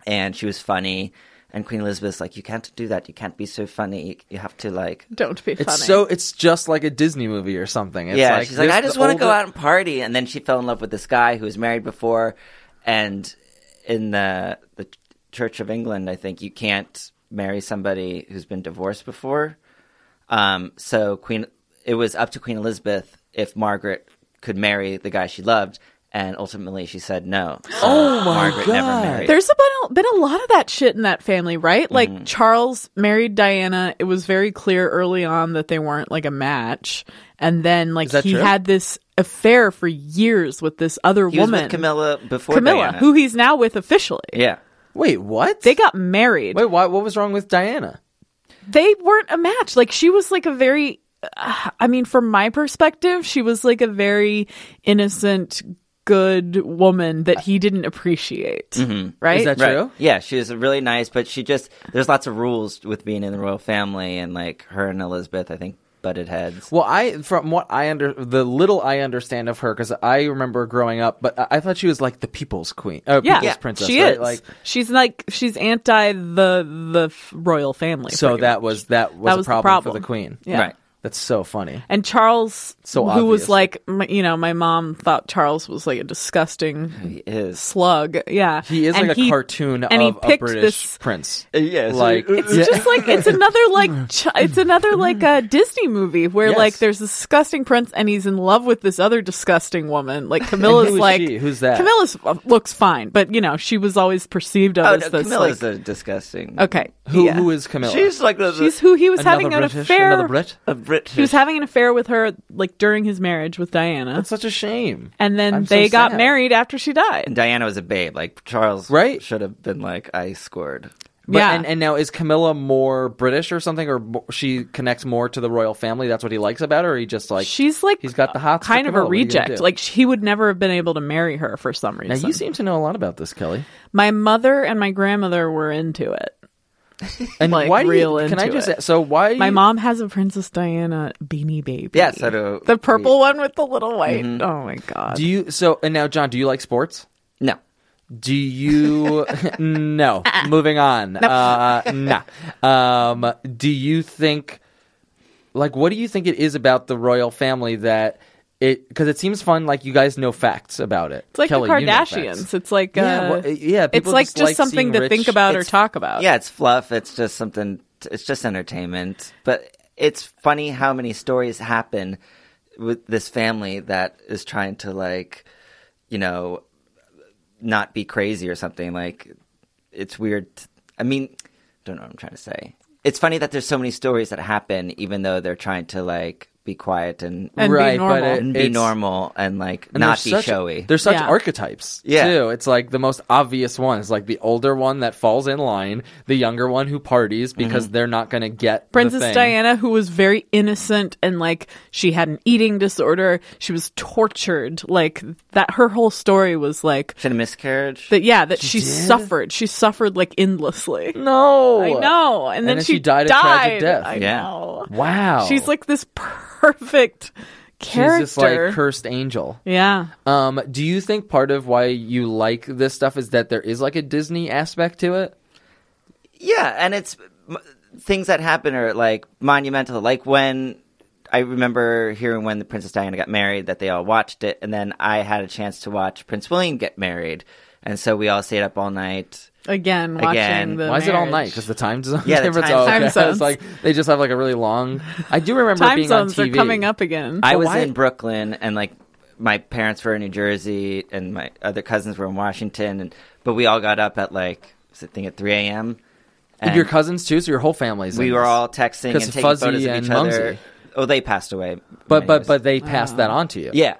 [SPEAKER 7] and she was funny. And Queen Elizabeth's like, you can't do that. You can't be so funny. You, you have to like.
[SPEAKER 6] Don't be
[SPEAKER 5] It's
[SPEAKER 6] funny.
[SPEAKER 5] so. It's just like a Disney movie or something. It's
[SPEAKER 7] yeah,
[SPEAKER 5] like,
[SPEAKER 7] she's like,
[SPEAKER 5] there's
[SPEAKER 7] I just
[SPEAKER 5] the
[SPEAKER 7] want to
[SPEAKER 5] older-
[SPEAKER 7] go out and party. And then she fell in love with this guy who was married before. And in the the Church of England, I think you can't marry somebody who's been divorced before. Um, so Queen, it was up to Queen Elizabeth if Margaret could marry the guy she loved, and ultimately she said no. oh my Margaret never married.
[SPEAKER 6] There's a been, been a lot of that shit in that family, right? Like
[SPEAKER 5] Mm-hmm.
[SPEAKER 6] Charles married Diana. It was very clear early on that they weren't like a match, and then like
[SPEAKER 5] that
[SPEAKER 6] he
[SPEAKER 5] true?
[SPEAKER 6] had this affair for years with this other
[SPEAKER 7] he was
[SPEAKER 6] woman,
[SPEAKER 7] with Camilla before
[SPEAKER 6] Camilla,
[SPEAKER 7] Diana.
[SPEAKER 6] who he's now with officially.
[SPEAKER 7] yeah.
[SPEAKER 5] Wait, what?
[SPEAKER 6] They got married.
[SPEAKER 5] Wait, why, what was wrong with Diana?
[SPEAKER 6] They weren't a match. Like she was like a very I mean, from my perspective, she was like a very innocent, good woman that he didn't appreciate. Right?
[SPEAKER 5] Mm-hmm. Is that
[SPEAKER 7] Right.
[SPEAKER 5] true?
[SPEAKER 7] Yeah, she was really nice, but she just there's lots of rules with being in the royal family, and like her and Elizabeth, I think butted heads.
[SPEAKER 5] Well, I from what I under the little I understand of her because I remember growing up, but I, I thought she was like the people's queen, uh,
[SPEAKER 6] yeah,
[SPEAKER 5] people's princess.
[SPEAKER 6] she
[SPEAKER 5] right?
[SPEAKER 6] is.
[SPEAKER 5] Like,
[SPEAKER 6] she's like she's anti the the f- royal family.
[SPEAKER 5] so
[SPEAKER 6] pretty
[SPEAKER 5] that
[SPEAKER 6] much.
[SPEAKER 5] was that was,
[SPEAKER 6] That
[SPEAKER 5] a
[SPEAKER 6] was the
[SPEAKER 5] problem,
[SPEAKER 6] problem.
[SPEAKER 5] for the queen.
[SPEAKER 6] Yeah.
[SPEAKER 7] Right.
[SPEAKER 5] That's so funny.
[SPEAKER 6] and Charles,
[SPEAKER 5] So
[SPEAKER 6] who was
[SPEAKER 5] obvious.
[SPEAKER 6] like, m- you know, my mom thought Charles was like a disgusting
[SPEAKER 7] He is
[SPEAKER 6] slug. Yeah,
[SPEAKER 5] He is
[SPEAKER 6] And
[SPEAKER 5] like a cartoon
[SPEAKER 6] and he
[SPEAKER 5] of a
[SPEAKER 6] picked
[SPEAKER 5] British
[SPEAKER 6] this-
[SPEAKER 5] prince.
[SPEAKER 7] yeah, so- uh,
[SPEAKER 5] like
[SPEAKER 6] It's just like it's another like ch- it's another like a Disney movie where
[SPEAKER 5] Yes.
[SPEAKER 6] like there's this disgusting prince and he's in love with this other disgusting woman. Like
[SPEAKER 5] And
[SPEAKER 6] Camilla's
[SPEAKER 5] who is
[SPEAKER 6] like
[SPEAKER 5] she? Who's that?
[SPEAKER 6] Camilla's uh, looks fine, but you know she was always perceived of
[SPEAKER 7] Oh,
[SPEAKER 6] as
[SPEAKER 7] no,
[SPEAKER 6] this
[SPEAKER 7] Camilla's
[SPEAKER 6] like
[SPEAKER 7] a disgusting.
[SPEAKER 6] okay
[SPEAKER 5] who,
[SPEAKER 6] yeah.
[SPEAKER 5] who is Camilla?
[SPEAKER 7] she's like the,
[SPEAKER 6] she's who he was
[SPEAKER 5] another
[SPEAKER 6] having
[SPEAKER 5] British,
[SPEAKER 6] an affair.
[SPEAKER 5] Another Brit.
[SPEAKER 7] a British.
[SPEAKER 6] He was having an affair with her like during his marriage with Diana,
[SPEAKER 5] That's such a shame.
[SPEAKER 6] and then
[SPEAKER 5] I'm so
[SPEAKER 6] they got
[SPEAKER 5] sad.
[SPEAKER 6] married after she
[SPEAKER 7] and
[SPEAKER 6] died.
[SPEAKER 7] Diana was a babe. Like Charles,
[SPEAKER 5] Right?
[SPEAKER 7] Should have been like I scored.
[SPEAKER 5] But-
[SPEAKER 6] yeah,
[SPEAKER 5] and, and now is Camilla more British or something, or mo- she connects more to the royal family? That's what he likes about her. Or he just like
[SPEAKER 6] she's like
[SPEAKER 5] he's got the hots for
[SPEAKER 6] kind of a
[SPEAKER 5] Camilla. What are you gonna
[SPEAKER 6] reject.
[SPEAKER 5] do?
[SPEAKER 6] Like he would never have been able to marry her for some
[SPEAKER 5] Now
[SPEAKER 6] reason.
[SPEAKER 5] you seem to know a lot about this, Kelly.
[SPEAKER 6] My mother and my grandmother were into it.
[SPEAKER 5] And
[SPEAKER 6] Like,
[SPEAKER 5] why do you-
[SPEAKER 6] real
[SPEAKER 5] can I
[SPEAKER 6] into
[SPEAKER 5] just
[SPEAKER 6] it.
[SPEAKER 5] so why
[SPEAKER 6] My mom has a Princess Diana beanie baby.
[SPEAKER 7] Yeah, so do
[SPEAKER 6] the purple one with the little white.
[SPEAKER 5] Mm-hmm.
[SPEAKER 6] Oh my god.
[SPEAKER 5] do you so and now John, do you like sports?
[SPEAKER 7] No,
[SPEAKER 5] Do you no? Moving on. Uh, nah. Um, do you think like what do you think it is about the royal family that it because it seems fun like you guys know facts about it.
[SPEAKER 6] it's like
[SPEAKER 5] Kelly,
[SPEAKER 6] the
[SPEAKER 5] you know facts.
[SPEAKER 6] Kardashians. it's like uh,
[SPEAKER 5] Yeah, well, yeah,
[SPEAKER 6] It's
[SPEAKER 5] people
[SPEAKER 6] like
[SPEAKER 5] just
[SPEAKER 6] just,
[SPEAKER 5] like seeing
[SPEAKER 6] something to
[SPEAKER 5] rich-
[SPEAKER 6] think about or
[SPEAKER 7] it's-
[SPEAKER 6] talk about.
[SPEAKER 7] yeah, it's fluff. It's just something. It's just entertainment. But it's funny how many stories happen with this family that is trying to like, you know, not be crazy or something. Like, it's weird. t- I mean, don't know what I'm trying to say. It's funny that there's so many stories that happen, even though they're trying to like be quiet and
[SPEAKER 6] And be
[SPEAKER 5] right,
[SPEAKER 6] normal.
[SPEAKER 5] but it,
[SPEAKER 7] and be
[SPEAKER 5] it's-
[SPEAKER 7] normal and like
[SPEAKER 5] and
[SPEAKER 7] not
[SPEAKER 5] they're
[SPEAKER 7] be
[SPEAKER 5] such-
[SPEAKER 7] showy.
[SPEAKER 5] They're such
[SPEAKER 6] Yeah.
[SPEAKER 5] archetypes,
[SPEAKER 7] Yeah.
[SPEAKER 5] too. It's like the most obvious one is like the older one that falls in line, the younger one who parties
[SPEAKER 7] Mm-hmm.
[SPEAKER 5] because they're not going to get the
[SPEAKER 6] Princess
[SPEAKER 5] thing.
[SPEAKER 6] Diana, who was very innocent and like she had an eating disorder, she was tortured. Like that, her whole story was like
[SPEAKER 7] Should a miscarriage?
[SPEAKER 6] that. Yeah, that she, suffered. She suffered like endlessly.
[SPEAKER 5] No,
[SPEAKER 6] I know. And,
[SPEAKER 5] then she died a tragic death.
[SPEAKER 6] I
[SPEAKER 7] Yeah.
[SPEAKER 6] know.
[SPEAKER 5] Wow,
[SPEAKER 6] She's like this perfect character.
[SPEAKER 5] she's just like cursed angel.
[SPEAKER 6] yeah.
[SPEAKER 5] Um, do you think part of why you like this stuff is that there is like a Disney aspect to it?
[SPEAKER 7] Yeah, and it's m- things that happen are like monumental. Like when I remember hearing when the Princess Diana got married that they all watched it, and then I had a chance to watch Prince William get married, and so we all stayed up all night.
[SPEAKER 6] Again, watching
[SPEAKER 7] Again.
[SPEAKER 6] the
[SPEAKER 5] Why is it all
[SPEAKER 6] marriage.
[SPEAKER 5] night? Because the time zone
[SPEAKER 7] Yeah, the
[SPEAKER 5] difference.
[SPEAKER 7] time
[SPEAKER 5] oh, okay.
[SPEAKER 6] Time
[SPEAKER 5] I was
[SPEAKER 6] zones.
[SPEAKER 5] like they just have like a really long. I do remember it
[SPEAKER 6] time
[SPEAKER 5] being
[SPEAKER 6] zones
[SPEAKER 5] on
[SPEAKER 6] are
[SPEAKER 5] TV.
[SPEAKER 6] coming up again.
[SPEAKER 7] I was
[SPEAKER 5] why-
[SPEAKER 7] in Brooklyn, and like my parents were in New Jersey, and my other cousins were in Washington, and but we all got up at like was it thing at three a.m.
[SPEAKER 5] And your cousins too, so your whole family's.
[SPEAKER 7] we
[SPEAKER 5] in
[SPEAKER 7] were
[SPEAKER 5] this.
[SPEAKER 7] all texting and
[SPEAKER 5] 'Cause
[SPEAKER 7] taking
[SPEAKER 5] Fuzzy
[SPEAKER 7] photos of
[SPEAKER 5] and
[SPEAKER 7] each
[SPEAKER 5] Mumsy.
[SPEAKER 7] other. Oh, they passed away.
[SPEAKER 5] But but
[SPEAKER 7] Anyways.
[SPEAKER 5] but they passed that on to you.
[SPEAKER 7] Yeah.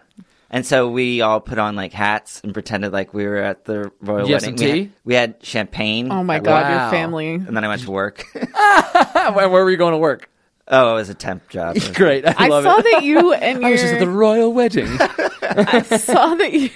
[SPEAKER 7] And so we all put on like hats and pretended like we were at the royal
[SPEAKER 5] Yes,
[SPEAKER 7] wedding.
[SPEAKER 5] and
[SPEAKER 7] We
[SPEAKER 5] tea?
[SPEAKER 7] had, we had champagne.
[SPEAKER 6] oh my
[SPEAKER 7] at
[SPEAKER 6] god,
[SPEAKER 7] work,
[SPEAKER 5] Wow.
[SPEAKER 6] your family.
[SPEAKER 7] And then I went to work.
[SPEAKER 5] Where were you going to work?
[SPEAKER 7] oh, it was a temp job.
[SPEAKER 5] Great. I,
[SPEAKER 6] I
[SPEAKER 5] love
[SPEAKER 6] saw
[SPEAKER 5] it.
[SPEAKER 6] that you and your
[SPEAKER 5] I was just at the royal wedding.
[SPEAKER 6] saw that you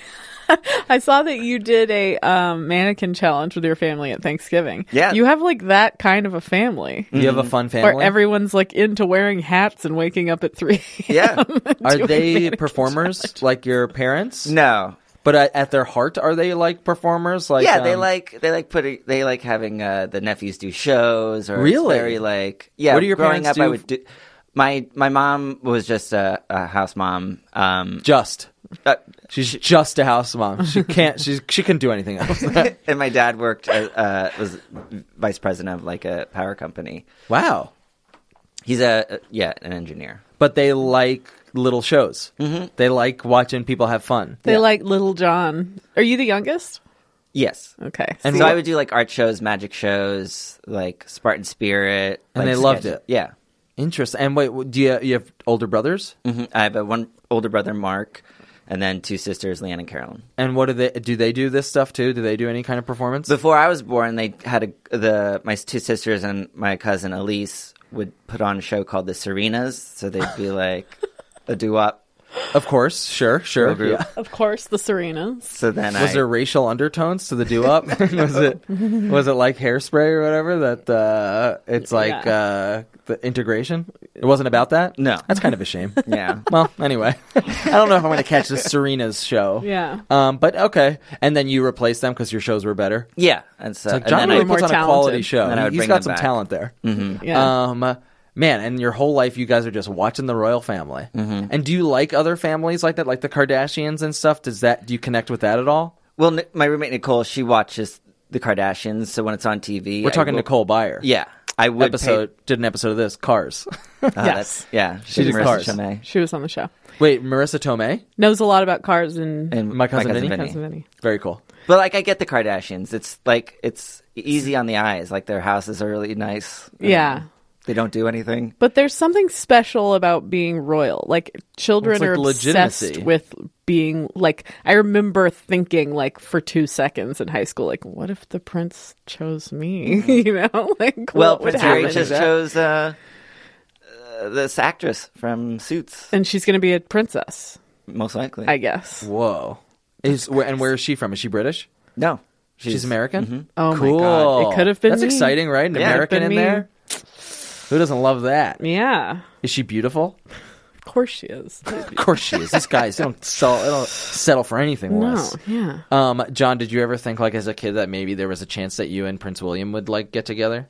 [SPEAKER 6] I saw that you did a um, mannequin challenge with your family at Thanksgiving.
[SPEAKER 7] Yeah.
[SPEAKER 6] You have like that kind of a family.
[SPEAKER 5] you have a fun
[SPEAKER 6] Where
[SPEAKER 5] family.
[SPEAKER 6] everyone's like into wearing hats and waking up at three.
[SPEAKER 7] Yeah.
[SPEAKER 5] are they performers like your parents?
[SPEAKER 7] No.
[SPEAKER 5] But at, at their heart, are they like performers? Like
[SPEAKER 7] yeah, they
[SPEAKER 5] um,
[SPEAKER 7] like they like putting they like having uh, the nephews do shows or it's
[SPEAKER 5] Really?
[SPEAKER 7] very like yeah.
[SPEAKER 5] What do your
[SPEAKER 7] growing
[SPEAKER 5] parents
[SPEAKER 7] up, I
[SPEAKER 5] do?
[SPEAKER 7] would do. My my mom was just a, a house mom. Um,
[SPEAKER 5] just.
[SPEAKER 7] uh,
[SPEAKER 5] She's just a house mom. She can't. She's she couldn't do anything else.
[SPEAKER 7] and my dad worked uh, uh, was vice president of like a power company.
[SPEAKER 5] wow.
[SPEAKER 7] He's a uh, yeah an engineer.
[SPEAKER 5] But they like little shows. Mm-hmm. They like watching people have fun.
[SPEAKER 6] They like Little John. Are you the youngest?
[SPEAKER 7] Yes.
[SPEAKER 6] Okay.
[SPEAKER 5] And
[SPEAKER 7] so
[SPEAKER 5] what-
[SPEAKER 7] I would do like art shows, magic shows, like Spartan Spirit,
[SPEAKER 5] And
[SPEAKER 7] like,
[SPEAKER 5] they loved
[SPEAKER 7] sketch-
[SPEAKER 5] it.
[SPEAKER 7] Yeah,
[SPEAKER 5] Interest. And wait, do you you have older brothers?
[SPEAKER 7] hmm I have a one older brother, Mark, and then two sisters, Leanne and Carolyn.
[SPEAKER 5] And what do they do? They do this stuff too. Do they do any kind of performance?
[SPEAKER 7] Before I was born, they had a, the my two sisters and my cousin Elise would put on a show called the Serenas. So they'd be like a doo wop
[SPEAKER 5] Of course, sure, sure.
[SPEAKER 7] group.
[SPEAKER 5] Yeah.
[SPEAKER 6] Of course, the Serenas.
[SPEAKER 7] So then
[SPEAKER 5] Was
[SPEAKER 7] I,
[SPEAKER 5] there racial undertones to the do up? was it was it like hairspray or whatever that uh, it's like
[SPEAKER 6] Yeah.
[SPEAKER 5] uh, the integration? It wasn't about that.
[SPEAKER 7] No.
[SPEAKER 5] that's kind of a shame.
[SPEAKER 7] yeah.
[SPEAKER 5] Well, anyway, I don't know if I'm going to catch the Serena's show.
[SPEAKER 6] Yeah.
[SPEAKER 5] Um, but okay, and then you replace them because your shows were better.
[SPEAKER 7] Yeah. And so,
[SPEAKER 5] So
[SPEAKER 7] and
[SPEAKER 5] John
[SPEAKER 7] then I-
[SPEAKER 5] really
[SPEAKER 6] were more
[SPEAKER 5] puts on a quality
[SPEAKER 6] talented.
[SPEAKER 5] show.
[SPEAKER 7] And then I would
[SPEAKER 5] He's
[SPEAKER 7] bring
[SPEAKER 5] got
[SPEAKER 7] them
[SPEAKER 5] some
[SPEAKER 7] back. Mm-hmm.
[SPEAKER 5] talent there.
[SPEAKER 6] Yeah.
[SPEAKER 5] Um, man, and your whole life you guys are just watching the royal family.
[SPEAKER 7] Mm-hmm.
[SPEAKER 5] And do you like other families like that, like the Kardashians and stuff? Does that do you connect with that at all?
[SPEAKER 7] well, Ni- my roommate Nicole, she watches the Kardashians. So when it's on TV,
[SPEAKER 5] We're
[SPEAKER 7] I
[SPEAKER 5] talking
[SPEAKER 7] will-
[SPEAKER 5] Nicole Byer.
[SPEAKER 7] Yeah. I would.
[SPEAKER 5] episode did an episode of this Cars.
[SPEAKER 7] Pay, uh,
[SPEAKER 6] Yes.
[SPEAKER 7] that's- Yeah. She
[SPEAKER 5] did Cars.
[SPEAKER 6] She was on the show.
[SPEAKER 5] Wait, Marissa Tomei.
[SPEAKER 6] Knows a lot about cars and,
[SPEAKER 7] And
[SPEAKER 5] My Cousin Vinny?
[SPEAKER 6] Cars and Vinny.
[SPEAKER 5] Very cool.
[SPEAKER 7] But like I get the Kardashians. It's like it's easy on the eyes. Like their houses are really nice.
[SPEAKER 6] Yeah.
[SPEAKER 7] They don't do anything.
[SPEAKER 6] But there's something special about being royal. Like children
[SPEAKER 5] It's like
[SPEAKER 6] are
[SPEAKER 5] legitimacy.
[SPEAKER 6] obsessed with being like I remember thinking like for 2 seconds in high school like what if the prince chose me,
[SPEAKER 5] Mm-hmm.
[SPEAKER 6] you know? Like
[SPEAKER 7] Well,
[SPEAKER 6] what would
[SPEAKER 7] Prince Harry
[SPEAKER 6] happen?
[SPEAKER 7] just chose uh, uh, this actress from Suits,
[SPEAKER 6] and she's going to be a princess,
[SPEAKER 7] most likely.
[SPEAKER 6] I guess.
[SPEAKER 5] Whoa. Is where, and where is she from? Is she British?
[SPEAKER 7] no,
[SPEAKER 5] She's, American.
[SPEAKER 6] Oh my
[SPEAKER 5] cool.
[SPEAKER 6] God. It could have been
[SPEAKER 5] That's
[SPEAKER 6] me.
[SPEAKER 5] exciting, right? An
[SPEAKER 7] Yeah.
[SPEAKER 5] American
[SPEAKER 6] Could've been
[SPEAKER 5] in
[SPEAKER 6] me.
[SPEAKER 5] there. Who doesn't love that?
[SPEAKER 6] Yeah.
[SPEAKER 5] Is she beautiful?
[SPEAKER 6] Of course she is.
[SPEAKER 5] Of course she is. These guys they don't sell, they don't settle for anything
[SPEAKER 6] no.
[SPEAKER 5] less.
[SPEAKER 6] Yeah.
[SPEAKER 5] Um, John, did you ever think, like, as a kid, that maybe there was a chance that you and Prince William would like get together?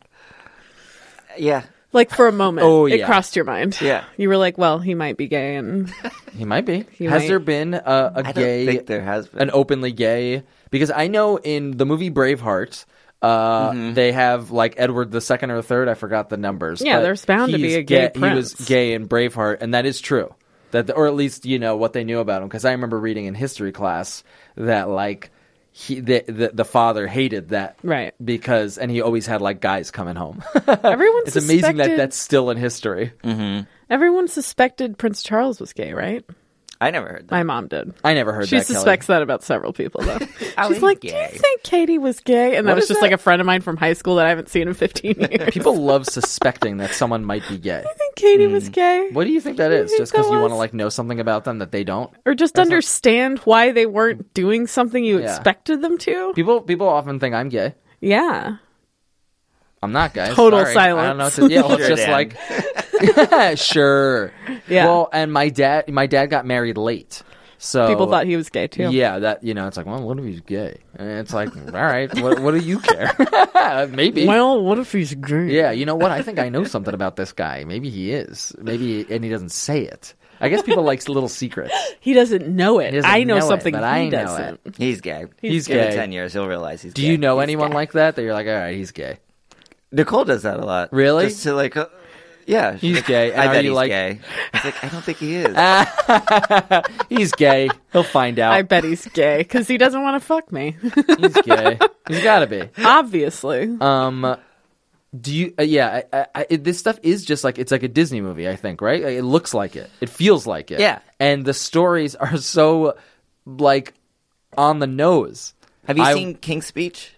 [SPEAKER 7] Yeah,
[SPEAKER 6] Like for a moment,
[SPEAKER 5] Oh,
[SPEAKER 6] it
[SPEAKER 5] yeah.
[SPEAKER 6] crossed your mind.
[SPEAKER 7] Yeah.
[SPEAKER 6] You were like, well, he might be gay and
[SPEAKER 5] He might be.
[SPEAKER 6] He
[SPEAKER 5] has
[SPEAKER 6] might.
[SPEAKER 5] there been a, a
[SPEAKER 7] I don't
[SPEAKER 5] gay,
[SPEAKER 7] think there has been.
[SPEAKER 5] an openly gay? Because I know in the movie Braveheart, uh, they have like Edward the second or the third. I forgot the numbers.
[SPEAKER 6] Yeah,
[SPEAKER 5] but
[SPEAKER 6] there's bound to be
[SPEAKER 5] he's
[SPEAKER 6] a gay
[SPEAKER 5] He was
[SPEAKER 6] prince.
[SPEAKER 5] gay in Braveheart, and that is true. That, or at least you know what they knew about him. Because I remember reading in history class that like he the the, the father hated that
[SPEAKER 6] Right.
[SPEAKER 5] because and he always had like guys coming home.
[SPEAKER 6] everyone
[SPEAKER 5] it's
[SPEAKER 6] suspected,
[SPEAKER 5] amazing that that's still in history.
[SPEAKER 6] everyone suspected Prince Charles was gay, right?
[SPEAKER 7] I never heard that.
[SPEAKER 6] My mom did.
[SPEAKER 5] I never heard
[SPEAKER 6] she
[SPEAKER 5] that. Kelly. Oh,
[SPEAKER 6] suspects that about several people though. She's
[SPEAKER 7] he's
[SPEAKER 6] like,
[SPEAKER 7] gay."
[SPEAKER 6] Do you think Katie was gay? And that was
[SPEAKER 5] is
[SPEAKER 6] just
[SPEAKER 5] that?
[SPEAKER 6] like a friend of mine from high school that I haven't seen in fifteen years. Do you
[SPEAKER 5] People love suspecting that someone might be gay.
[SPEAKER 6] think Katie was gay?
[SPEAKER 5] Hmm. What do you think that is?
[SPEAKER 6] think
[SPEAKER 5] Just because
[SPEAKER 6] that
[SPEAKER 5] you want to
[SPEAKER 6] was-
[SPEAKER 5] like know something about them that they don't?
[SPEAKER 6] or just understand why they weren't doing something you
[SPEAKER 5] Yeah.
[SPEAKER 6] expected them to?
[SPEAKER 5] People people often think I'm gay.
[SPEAKER 6] Yeah.
[SPEAKER 5] I'm not gay.
[SPEAKER 6] Total
[SPEAKER 5] Sorry. I don't know. What
[SPEAKER 6] silence.
[SPEAKER 5] to, yeah, well, it's
[SPEAKER 7] Sure,
[SPEAKER 5] just
[SPEAKER 7] Dan.
[SPEAKER 5] like sure.
[SPEAKER 6] Yeah.
[SPEAKER 5] Well, and my dad my dad got married late, so
[SPEAKER 6] People thought he was gay too.
[SPEAKER 5] Yeah, that you know, it's like, well, what if he's gay? And it's like, all right, what, what do you care? Maybe.
[SPEAKER 6] Well, what if he's gay?
[SPEAKER 5] Yeah, you know what? I think I know something about this guy. Maybe he is. Maybe, and he doesn't say it. I guess people like little secrets.
[SPEAKER 6] He doesn't know it.
[SPEAKER 5] He doesn't
[SPEAKER 6] I know,
[SPEAKER 5] know it,
[SPEAKER 6] something
[SPEAKER 5] but
[SPEAKER 6] he
[SPEAKER 5] I know
[SPEAKER 6] doesn't.
[SPEAKER 7] He's gay.
[SPEAKER 5] He's
[SPEAKER 7] Give it
[SPEAKER 5] gay.
[SPEAKER 7] Ten years, he'll realize he's.
[SPEAKER 5] Do
[SPEAKER 7] gay.
[SPEAKER 5] you know anyone like that that you're like, all right, he's gay?
[SPEAKER 7] Nicole does that a lot.
[SPEAKER 5] Really?
[SPEAKER 7] Just to like, uh, yeah,
[SPEAKER 5] He's
[SPEAKER 7] Like,
[SPEAKER 5] gay, and
[SPEAKER 7] I
[SPEAKER 5] are
[SPEAKER 7] bet
[SPEAKER 5] you
[SPEAKER 7] he's
[SPEAKER 5] like-
[SPEAKER 7] gay. It's like I don't think he is.
[SPEAKER 5] He's gay. He'll find out.
[SPEAKER 6] I bet he's gay because he doesn't want to fuck me.
[SPEAKER 5] He's gay. He's got to be.
[SPEAKER 6] Obviously.
[SPEAKER 5] Um, do you? Uh, yeah, I, I, I, it- this stuff is just like it's like a Disney movie. I think right. It looks like it. It feels like it.
[SPEAKER 7] Yeah.
[SPEAKER 5] And the stories are so like on the nose.
[SPEAKER 7] Have you
[SPEAKER 5] I-
[SPEAKER 7] seen King's Speech?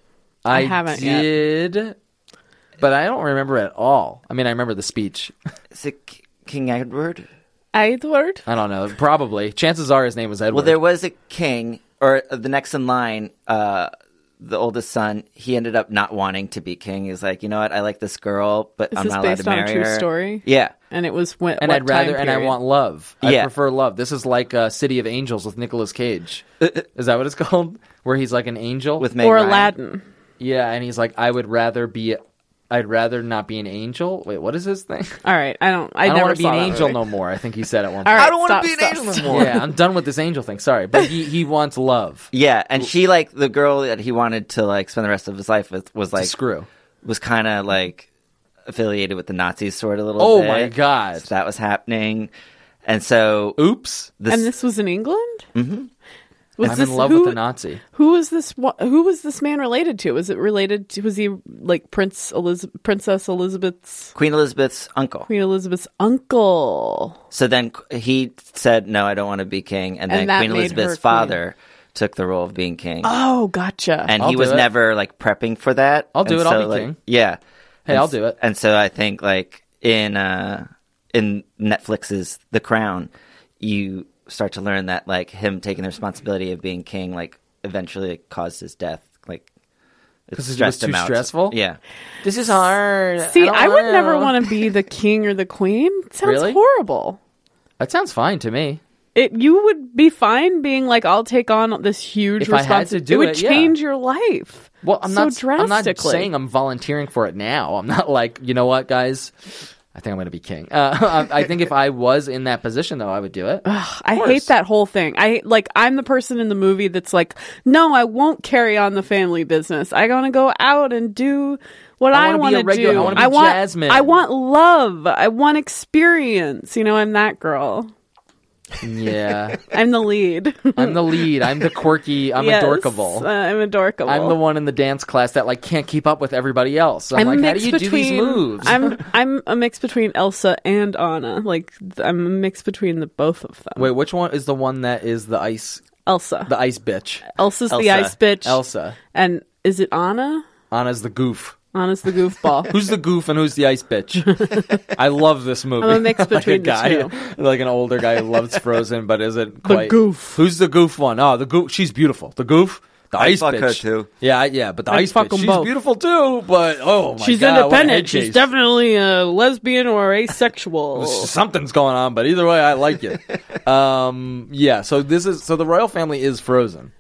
[SPEAKER 5] I,
[SPEAKER 6] haven't yet.
[SPEAKER 5] did, but I don't remember it at all. I mean, I remember the speech.
[SPEAKER 7] Is it K- King Edward?
[SPEAKER 6] Edward.
[SPEAKER 5] I don't know. Probably. Chances are his name was Edward.
[SPEAKER 7] Well, there was a king, or the next in line, uh, the oldest son. He ended up not wanting to be king. He's like, you know what? I like this girl, but I'm
[SPEAKER 6] this
[SPEAKER 7] not allowed
[SPEAKER 6] based
[SPEAKER 7] to
[SPEAKER 6] on
[SPEAKER 7] marry
[SPEAKER 6] a true
[SPEAKER 7] her.
[SPEAKER 6] story?
[SPEAKER 7] Yeah,
[SPEAKER 6] And it was when
[SPEAKER 5] and
[SPEAKER 6] what
[SPEAKER 5] I'd rather,
[SPEAKER 6] time
[SPEAKER 5] and I
[SPEAKER 6] period?
[SPEAKER 5] want love. I
[SPEAKER 7] Yeah.
[SPEAKER 5] prefer love. This is like uh, City of Angels with Nicolas Cage. is that what it's called? Where he's like an angel
[SPEAKER 7] with Meg
[SPEAKER 6] or
[SPEAKER 7] Ryan.
[SPEAKER 6] Aladdin.
[SPEAKER 5] Yeah, and he's like, I would rather be, I'd rather not be an angel. Wait, what is his thing?
[SPEAKER 6] All right, I don't. I,
[SPEAKER 5] I, don't
[SPEAKER 6] never
[SPEAKER 5] want to be
[SPEAKER 6] saw
[SPEAKER 5] an
[SPEAKER 6] that
[SPEAKER 5] angel
[SPEAKER 6] movie.
[SPEAKER 5] no more. I think he said at one
[SPEAKER 6] All
[SPEAKER 5] point.
[SPEAKER 6] right,
[SPEAKER 7] I don't want
[SPEAKER 6] stop,
[SPEAKER 7] to be an
[SPEAKER 6] stop,
[SPEAKER 7] angel
[SPEAKER 6] stop.
[SPEAKER 7] anymore.
[SPEAKER 5] Yeah, I'm done with this angel thing. Sorry, but he he wants love.
[SPEAKER 7] Yeah, and she like the girl that he wanted to like spend the rest of his life with was like
[SPEAKER 5] screw.
[SPEAKER 7] was kind of like affiliated with the Nazis sort of a little.
[SPEAKER 5] Oh
[SPEAKER 7] bit.
[SPEAKER 5] my god.
[SPEAKER 7] So that was happening, and so
[SPEAKER 5] Oops.
[SPEAKER 7] this,
[SPEAKER 6] And this was in England. Mm-hmm. Was
[SPEAKER 5] I'm
[SPEAKER 6] this,
[SPEAKER 5] in love
[SPEAKER 6] who,
[SPEAKER 5] with a Nazi.
[SPEAKER 6] Who was this? wa- Who was this man related to? Was it related? to Was he like Prince Elizabeth, Princess Elizabeth's
[SPEAKER 7] Queen Elizabeth's uncle.
[SPEAKER 6] Queen Elizabeth's uncle?
[SPEAKER 7] So then qu- he said, "No, I don't want to be king." And,
[SPEAKER 6] And
[SPEAKER 7] then
[SPEAKER 6] that
[SPEAKER 7] Queen
[SPEAKER 6] made her
[SPEAKER 7] Elizabeth's
[SPEAKER 6] queen.
[SPEAKER 7] father took the role of being king,
[SPEAKER 6] Oh, gotcha.
[SPEAKER 7] and
[SPEAKER 5] I'll
[SPEAKER 7] he
[SPEAKER 5] do
[SPEAKER 7] was
[SPEAKER 5] it.
[SPEAKER 7] never like prepping for that.
[SPEAKER 5] I'll do
[SPEAKER 7] And
[SPEAKER 5] it, I'll
[SPEAKER 7] so,
[SPEAKER 5] be
[SPEAKER 7] like,
[SPEAKER 5] king.
[SPEAKER 7] Yeah.
[SPEAKER 5] Hey,
[SPEAKER 7] And
[SPEAKER 5] I'll
[SPEAKER 7] s-
[SPEAKER 5] do it.
[SPEAKER 7] And so I think like in uh, in Netflix's The Crown, you start to learn that like him taking the responsibility of being king, like eventually like, caused his death. Like it
[SPEAKER 5] 'Cause it was
[SPEAKER 7] stressed him
[SPEAKER 5] too
[SPEAKER 7] out.
[SPEAKER 5] stressful?
[SPEAKER 7] Yeah,
[SPEAKER 5] This is hard.
[SPEAKER 6] See, I, would never want to be the king or the queen. It sounds
[SPEAKER 5] Really?
[SPEAKER 6] horrible.
[SPEAKER 5] That sounds fine to me.
[SPEAKER 6] It you would be fine being like, I'll take on this huge
[SPEAKER 5] If I had to
[SPEAKER 6] responsi-
[SPEAKER 5] do
[SPEAKER 6] it would
[SPEAKER 5] it, yeah.
[SPEAKER 6] change your life.
[SPEAKER 5] Well, I'm
[SPEAKER 6] so
[SPEAKER 5] not. I'm
[SPEAKER 6] drastically.
[SPEAKER 5] not saying I'm volunteering for it now. I'm not like you know what, guys. I think I'm going to be king. Uh, I I think if I was in that position, though, I would do it.
[SPEAKER 6] I hate that whole thing. I like I'm the person in the movie that's like, no, I won't carry on the family business. I gonna go out and do what
[SPEAKER 5] I
[SPEAKER 6] I,
[SPEAKER 5] wanna be
[SPEAKER 6] want
[SPEAKER 5] a
[SPEAKER 6] to
[SPEAKER 5] regular-
[SPEAKER 6] do.
[SPEAKER 5] I wanna be
[SPEAKER 6] want
[SPEAKER 5] Jasmine."
[SPEAKER 6] I want love. I want experience. You know, I'm that girl.
[SPEAKER 5] Yeah,
[SPEAKER 6] I'm the lead.
[SPEAKER 5] I'm the lead. I'm the quirky. I'm
[SPEAKER 6] Yes,
[SPEAKER 5] adorkable.
[SPEAKER 6] uh, I'm adorkable.
[SPEAKER 5] I'm the one in the dance class that like can't keep up with everybody else. I'm, like, how do you do these moves?
[SPEAKER 6] I'm I'm a mix between Elsa and Anna. Like th- I'm a mix between the both of them.
[SPEAKER 5] Wait, which one is the one that is the ice,
[SPEAKER 6] Elsa.
[SPEAKER 5] the ice bitch?
[SPEAKER 6] Elsa's the
[SPEAKER 7] Elsa.
[SPEAKER 6] ice bitch.
[SPEAKER 5] Elsa.
[SPEAKER 6] And is it Anna?
[SPEAKER 5] Anna's the goof.
[SPEAKER 6] Anna's the goofball.
[SPEAKER 5] Who's the goof and who's the ice bitch? I love this movie.
[SPEAKER 6] I'm a mix between
[SPEAKER 5] a
[SPEAKER 6] the
[SPEAKER 5] guy,
[SPEAKER 6] two.
[SPEAKER 5] Like an older guy who loves Frozen but isn't quite.
[SPEAKER 6] goof.
[SPEAKER 5] Who's the goof one? Oh, the goof. She's beautiful. The goof. The
[SPEAKER 7] I'd
[SPEAKER 5] ice
[SPEAKER 7] fuck
[SPEAKER 5] bitch.
[SPEAKER 7] her, too.
[SPEAKER 5] Yeah, I- yeah, but the
[SPEAKER 6] I'd
[SPEAKER 5] ice
[SPEAKER 6] fuck
[SPEAKER 5] bitch.
[SPEAKER 6] 'em
[SPEAKER 5] She's
[SPEAKER 6] both.
[SPEAKER 5] beautiful too, but oh my
[SPEAKER 6] She's
[SPEAKER 5] god, what a head
[SPEAKER 6] independent. She's
[SPEAKER 5] case.
[SPEAKER 6] definitely a lesbian or asexual.
[SPEAKER 7] Oh.
[SPEAKER 5] something's going on, but either way, I like it. um, yeah. So this is so the royal family is Frozen.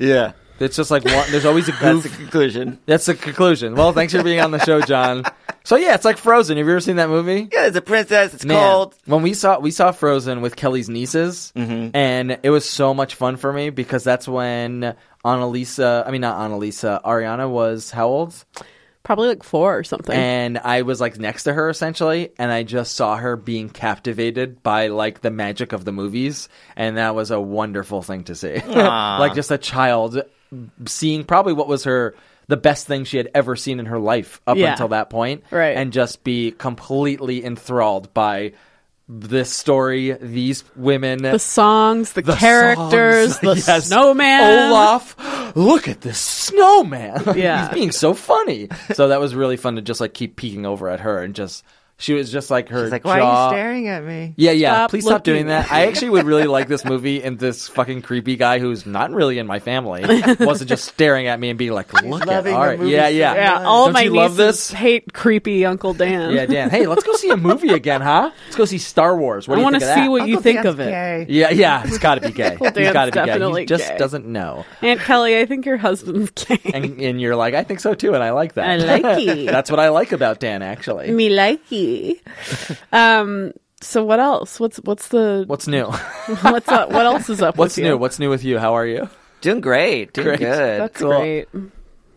[SPEAKER 7] yeah.
[SPEAKER 5] It's just like one, there's always a
[SPEAKER 7] That's
[SPEAKER 5] goof
[SPEAKER 7] the conclusion.
[SPEAKER 5] That's the conclusion. Well, thanks for being on the show, John. So yeah, it's like Frozen. Have you ever seen that movie?
[SPEAKER 7] Yeah, it's a princess. It's
[SPEAKER 5] Man,
[SPEAKER 7] called Mm-hmm.
[SPEAKER 5] When we saw we saw Frozen with Kelly's nieces, and it was so much fun for me because that's when Annalisa, I mean not Annalisa, Ariana was how old?
[SPEAKER 6] Probably like four or something.
[SPEAKER 5] And I was like next to her essentially, and I just saw her being captivated by like the magic of the movies, and that was a wonderful thing to see. like just a child seeing probably what was her the best thing she had ever seen in her life up
[SPEAKER 6] Yeah.
[SPEAKER 5] until that point,
[SPEAKER 6] Right.
[SPEAKER 5] And just be completely enthralled by this story, these women,
[SPEAKER 6] the songs, the, characters,
[SPEAKER 5] songs,
[SPEAKER 6] the
[SPEAKER 5] yes. Oh,
[SPEAKER 6] snowman.
[SPEAKER 5] Olaf, look at this snowman. Like,
[SPEAKER 6] Yeah.
[SPEAKER 5] He's being so funny. So that was really fun to just like keep peeking over at her and just she was just like her
[SPEAKER 7] She's like,
[SPEAKER 5] jaw.
[SPEAKER 7] why are you staring at me?
[SPEAKER 5] Yeah, yeah.
[SPEAKER 6] Stop
[SPEAKER 5] Please stop doing
[SPEAKER 6] looking.
[SPEAKER 5] that. I actually would really like this movie and this fucking creepy guy who's not really in my family wasn't just staring at me and being like, look at
[SPEAKER 7] loving the
[SPEAKER 5] Ari.
[SPEAKER 7] movie
[SPEAKER 5] Yeah,
[SPEAKER 7] so
[SPEAKER 5] yeah.
[SPEAKER 6] Yeah, all
[SPEAKER 5] Don't
[SPEAKER 6] my
[SPEAKER 5] you
[SPEAKER 6] nieces
[SPEAKER 5] love this?
[SPEAKER 6] hate creepy Uncle Dan.
[SPEAKER 5] Yeah, Dan. Hey, let's go see a movie again, huh? Let's go see Star Wars. What
[SPEAKER 6] I
[SPEAKER 5] do you
[SPEAKER 6] want to
[SPEAKER 5] think
[SPEAKER 6] see
[SPEAKER 5] of that?
[SPEAKER 6] what you think of it.
[SPEAKER 5] Yeah, yeah. He's got to be gay. He's
[SPEAKER 6] Dan's
[SPEAKER 5] got to be gay. He
[SPEAKER 6] definitely
[SPEAKER 5] just
[SPEAKER 6] gay.
[SPEAKER 5] doesn't know.
[SPEAKER 6] Aunt Kelly, I think your husband's gay.
[SPEAKER 5] and, and you're like, I think so too, and I like that.
[SPEAKER 6] I like it.
[SPEAKER 5] That's what I like about Dan, actually.
[SPEAKER 6] Me likey. Um. So what else? What's what's the
[SPEAKER 5] What's new?
[SPEAKER 6] what's up? What else is up?
[SPEAKER 5] What's
[SPEAKER 6] with
[SPEAKER 5] new?
[SPEAKER 6] You?
[SPEAKER 5] What's new with you? How are you?
[SPEAKER 7] Doing great. Doing
[SPEAKER 5] Great.
[SPEAKER 7] good.
[SPEAKER 6] That's
[SPEAKER 5] Cool.
[SPEAKER 6] great.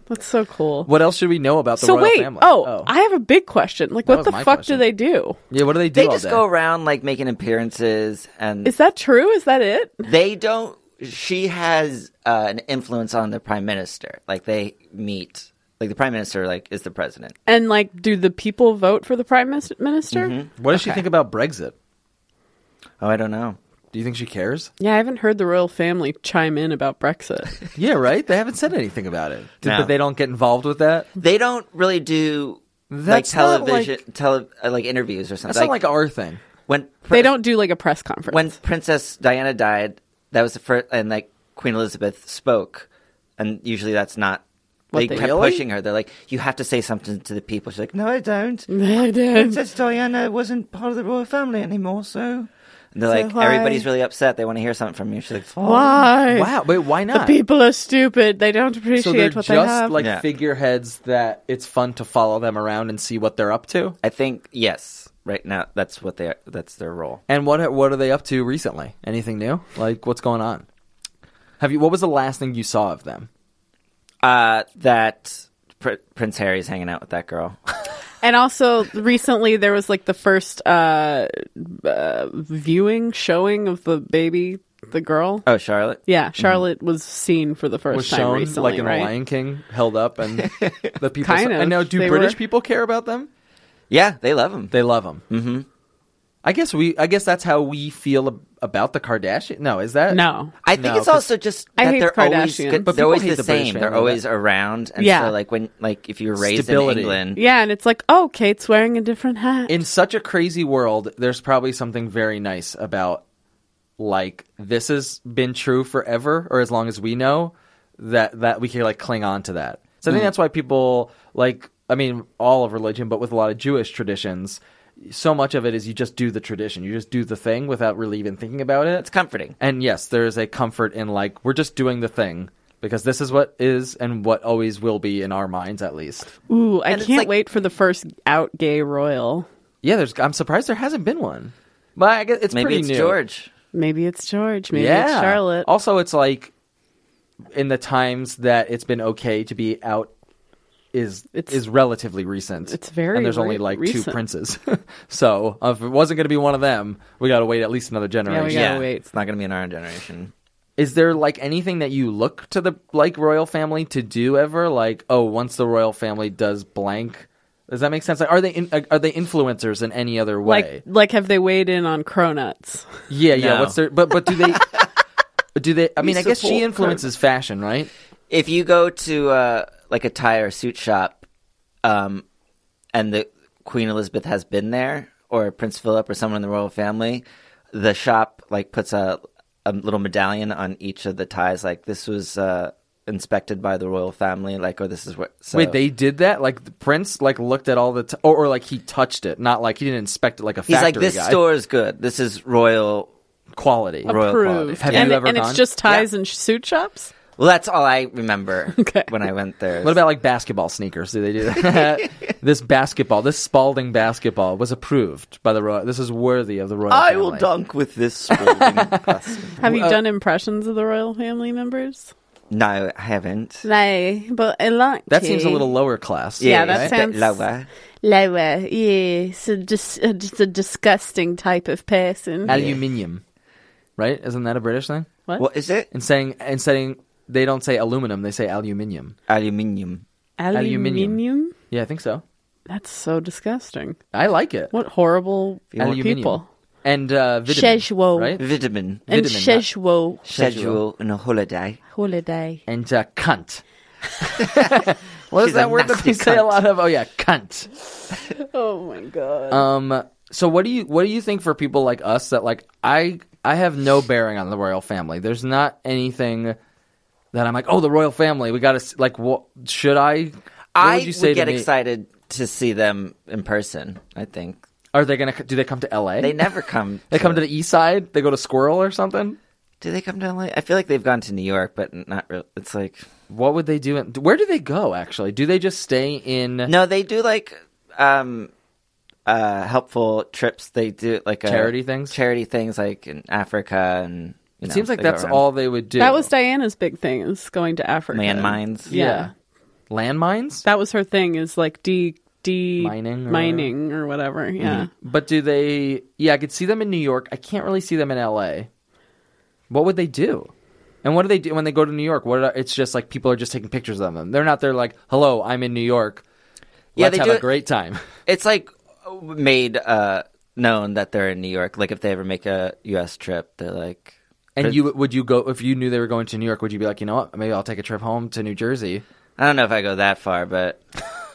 [SPEAKER 6] That's so cool.
[SPEAKER 5] What else should we know about the
[SPEAKER 6] so
[SPEAKER 5] royal
[SPEAKER 6] wait.
[SPEAKER 5] family?
[SPEAKER 6] Oh, I have a big question. Like,
[SPEAKER 5] That
[SPEAKER 6] what
[SPEAKER 5] was
[SPEAKER 6] the
[SPEAKER 5] my
[SPEAKER 6] fuck
[SPEAKER 5] question.
[SPEAKER 6] do they do?
[SPEAKER 5] yeah. What do they do?
[SPEAKER 7] they
[SPEAKER 5] all
[SPEAKER 7] just
[SPEAKER 5] day?
[SPEAKER 7] go around like making appearances and
[SPEAKER 6] Is that true? Is that it?
[SPEAKER 7] they don't she has uh, an influence on the prime minister like they meet like the prime minister like is the president
[SPEAKER 6] And like, do the people vote for the prime mis- minister?
[SPEAKER 5] What does she think about Brexit?
[SPEAKER 7] oh i don't know
[SPEAKER 5] Do you think she cares?
[SPEAKER 6] Yeah, I haven't heard the royal family chime in about Brexit.
[SPEAKER 5] Yeah, right. They haven't said anything about it, Did-
[SPEAKER 7] No.
[SPEAKER 5] but they don't get involved with that.
[SPEAKER 7] they don't really do
[SPEAKER 5] That's not
[SPEAKER 7] like television tele, uh, like interviews or
[SPEAKER 5] That's
[SPEAKER 7] something
[SPEAKER 5] not like our thing.
[SPEAKER 7] when
[SPEAKER 6] they don't do like a press conference.
[SPEAKER 7] when princess diana died that was the first and like queen elizabeth spoke and usually that's not they,
[SPEAKER 6] they-
[SPEAKER 7] kept
[SPEAKER 5] Really?
[SPEAKER 7] pushing her they're like you have to say something to the people she's like no i don't
[SPEAKER 6] I did.
[SPEAKER 7] Princess Diana wasn't part of the royal family anymore, so. And they're like,
[SPEAKER 6] why-
[SPEAKER 7] everybody's really upset. They want to hear something from you. She's like,
[SPEAKER 6] Why?
[SPEAKER 5] Wow. Wait, why
[SPEAKER 6] The
[SPEAKER 5] not?
[SPEAKER 6] people are stupid. They don't
[SPEAKER 5] so they're
[SPEAKER 6] appreciate what
[SPEAKER 5] just
[SPEAKER 6] they have.
[SPEAKER 5] like
[SPEAKER 7] Yeah.
[SPEAKER 5] figureheads that it's fun to follow them around and see what they're up to.
[SPEAKER 7] I think yes. Right now, that's what they. That's their role.
[SPEAKER 5] And what what are they up to recently? Anything new? Like what's going on? Have you? What was the last thing you saw of them?
[SPEAKER 7] Uh, that Pr- Prince Harry's hanging out with that girl.
[SPEAKER 6] And also, recently there was like the first uh, uh, viewing, showing of the baby, the girl.
[SPEAKER 7] Oh, Charlotte.
[SPEAKER 6] Yeah, Charlotte was seen for the first
[SPEAKER 5] Mm-hmm. Was
[SPEAKER 6] time
[SPEAKER 5] shown
[SPEAKER 6] recently,
[SPEAKER 5] like in
[SPEAKER 6] right?
[SPEAKER 5] The Lion King, held up, and the people.
[SPEAKER 6] Kind
[SPEAKER 5] I know.
[SPEAKER 6] of.
[SPEAKER 5] Do
[SPEAKER 6] They
[SPEAKER 5] British
[SPEAKER 6] were.
[SPEAKER 5] people care about them?
[SPEAKER 7] Yeah, they love him.
[SPEAKER 5] They love them. Mm-hmm. I guess we. I guess that's how we feel ab- about the Kardashian? No, is that
[SPEAKER 6] No.
[SPEAKER 7] I think
[SPEAKER 5] No,
[SPEAKER 7] it's
[SPEAKER 5] 'cause-
[SPEAKER 7] also just
[SPEAKER 3] I
[SPEAKER 7] that
[SPEAKER 3] hate
[SPEAKER 7] they're
[SPEAKER 3] the
[SPEAKER 7] always
[SPEAKER 3] Kardashians.
[SPEAKER 7] good.
[SPEAKER 3] But
[SPEAKER 7] they're
[SPEAKER 5] people
[SPEAKER 7] always
[SPEAKER 5] hate
[SPEAKER 7] the,
[SPEAKER 5] the British
[SPEAKER 7] same. They're
[SPEAKER 5] family,
[SPEAKER 7] always around, and
[SPEAKER 3] Yeah.
[SPEAKER 7] so like when like if you were raised
[SPEAKER 5] Stability.
[SPEAKER 7] in England,
[SPEAKER 6] Yeah, and it's like, oh, Kate's wearing a different hat.
[SPEAKER 5] in such a crazy world, there's probably something very nice about like this has been true forever or as long as we know that that we can like cling on to that. So I
[SPEAKER 7] Hmm.
[SPEAKER 5] think that's why people like I mean all of religion but with a lot of Jewish traditions so much of it is you just do the tradition. You just do the thing without really even thinking about it.
[SPEAKER 7] it's comforting.
[SPEAKER 5] And yes, there is a comfort in like we're just doing the thing because this is what is and what always will be in our minds at least.
[SPEAKER 6] Ooh, I
[SPEAKER 7] And it's
[SPEAKER 6] can't
[SPEAKER 7] like-
[SPEAKER 6] wait for the first out gay royal.
[SPEAKER 5] Yeah, there's. I'm surprised there hasn't been one. But I guess it's
[SPEAKER 7] Maybe
[SPEAKER 5] pretty
[SPEAKER 7] it's
[SPEAKER 5] new.
[SPEAKER 7] George.
[SPEAKER 6] Maybe it's George. Maybe
[SPEAKER 5] yeah, Oh,
[SPEAKER 6] it's Charlotte.
[SPEAKER 5] Also, it's like in the times that it's been okay to be out is
[SPEAKER 6] It's-
[SPEAKER 5] is relatively recent.
[SPEAKER 6] it's very
[SPEAKER 5] and there's only
[SPEAKER 6] re-
[SPEAKER 5] like two
[SPEAKER 6] recent.
[SPEAKER 5] princes. so if it wasn't going to be one of them, we got to wait at least another generation.
[SPEAKER 6] gotta
[SPEAKER 7] yeah,
[SPEAKER 6] wait.
[SPEAKER 7] it's not going to be in our generation.
[SPEAKER 5] is there like anything that you look to the like royal family to do ever like oh once the royal family does blank does that make sense like are they in, are they influencers in any other way
[SPEAKER 6] like, like, have they weighed in on Cronuts?
[SPEAKER 5] yeah yeah
[SPEAKER 7] No.
[SPEAKER 5] what's their but but do they do they i mean i guess she
[SPEAKER 6] support
[SPEAKER 5] influences fashion right
[SPEAKER 7] If you go to uh, like a tie or suit shop, um, and the Queen Elizabeth has been there, or Prince Philip, or someone in the royal family, the shop like puts a a little medallion on each of the ties, like this was uh, inspected by the royal family, like or this is what. So,
[SPEAKER 5] wait they did that like the prince like looked at all the t- or, or like he touched it not like he didn't inspect it like a
[SPEAKER 7] He's
[SPEAKER 5] factory
[SPEAKER 7] like, this
[SPEAKER 5] guy.
[SPEAKER 7] store is good. This is royal.
[SPEAKER 5] quality
[SPEAKER 7] Royal quality.
[SPEAKER 6] Approved.
[SPEAKER 5] Have
[SPEAKER 6] and
[SPEAKER 5] you ever
[SPEAKER 6] and
[SPEAKER 5] gone?
[SPEAKER 6] it's just ties and suit shops?
[SPEAKER 7] Well, that's all I remember
[SPEAKER 6] Okay.
[SPEAKER 7] when I went there.
[SPEAKER 5] What about like basketball sneakers? Do they do that? this basketball, this Spalding basketball, was approved by the royal. This is worthy of the royal.
[SPEAKER 7] I will
[SPEAKER 5] family.
[SPEAKER 7] dunk with this. Sporting custom.
[SPEAKER 6] Have you
[SPEAKER 5] Uh,
[SPEAKER 6] done impressions of the royal family members?
[SPEAKER 7] no, I haven't.
[SPEAKER 6] No, but a lot.
[SPEAKER 5] That seems a little lower class.
[SPEAKER 6] Yeah, that
[SPEAKER 5] right?
[SPEAKER 6] sounds-
[SPEAKER 7] Bit lower.
[SPEAKER 6] lower. Yeah, so just uh, just a disgusting type of person.
[SPEAKER 5] aluminium, right? Isn't that a British thing?
[SPEAKER 7] What is it?
[SPEAKER 5] And saying and saying they don't say aluminum, they say aluminium.
[SPEAKER 7] Aluminium.
[SPEAKER 5] Aluminium.
[SPEAKER 6] Aluminium.
[SPEAKER 5] Yeah, I think so.
[SPEAKER 6] That's so disgusting.
[SPEAKER 5] I like it.
[SPEAKER 6] What horrible
[SPEAKER 5] Aluminium.
[SPEAKER 6] people.
[SPEAKER 5] And uh, vitamin,
[SPEAKER 6] Schedule.
[SPEAKER 5] right?
[SPEAKER 7] Vitamin.
[SPEAKER 6] And
[SPEAKER 5] And Vitamin, not-
[SPEAKER 6] schedule
[SPEAKER 7] Schedule and a holiday.
[SPEAKER 6] holiday.
[SPEAKER 5] And uh, cunt. what is
[SPEAKER 7] She's a
[SPEAKER 5] that word that we
[SPEAKER 7] nasty
[SPEAKER 5] say a
[SPEAKER 7] cunt.
[SPEAKER 5] lot of? Oh yeah, cunt.
[SPEAKER 6] Oh my god.
[SPEAKER 5] Um. So what do you what do you think for people like us that like I I have no bearing on the royal family. There's not anything that I'm like, oh, the royal family. We got to like, what should I? What
[SPEAKER 7] I
[SPEAKER 5] would you say to
[SPEAKER 7] get
[SPEAKER 5] me?
[SPEAKER 7] excited to see them in person, I think.
[SPEAKER 5] Are they gonna? Do they come to L.A.?
[SPEAKER 7] They never come.
[SPEAKER 5] They come to the East Side. They go to Squirrel or something.
[SPEAKER 7] Do they come to LA? I feel like they've gone to New York, but not really. It's like.
[SPEAKER 5] What would they do? In, where do they go? Actually, do they just stay in?
[SPEAKER 7] No, they do like um uh helpful trips. They do like a,
[SPEAKER 5] Charity things?
[SPEAKER 7] Charity things like in Africa and you
[SPEAKER 5] it
[SPEAKER 7] know,
[SPEAKER 5] seems like
[SPEAKER 7] they go
[SPEAKER 5] that's
[SPEAKER 7] around.
[SPEAKER 5] all they would do.
[SPEAKER 6] That was Diana's big thing is going to Africa.
[SPEAKER 7] landmines.
[SPEAKER 6] Yeah.
[SPEAKER 5] landmines.
[SPEAKER 6] That was her thing is like de de
[SPEAKER 5] Mining or- Mhm.
[SPEAKER 6] mining or whatever. Yeah.
[SPEAKER 5] But do they? Yeah, I could see them in New York. I can't really see them in L.A. What would they do? And what do they do when they go to New York? What are, it's just like people are just taking pictures of them. They're not there like, "Hello, I'm in New York. Let's
[SPEAKER 7] Yeah, they
[SPEAKER 5] have
[SPEAKER 7] do
[SPEAKER 5] a
[SPEAKER 7] it-
[SPEAKER 5] great time."
[SPEAKER 7] It's like made uh known that they're in New York. Like if they ever make a US trip, they're like
[SPEAKER 5] And you would you go if you knew they were going to New York? Would you be like, you know what? Maybe I'll take a trip home to New Jersey.
[SPEAKER 7] I don't know if I go that far, but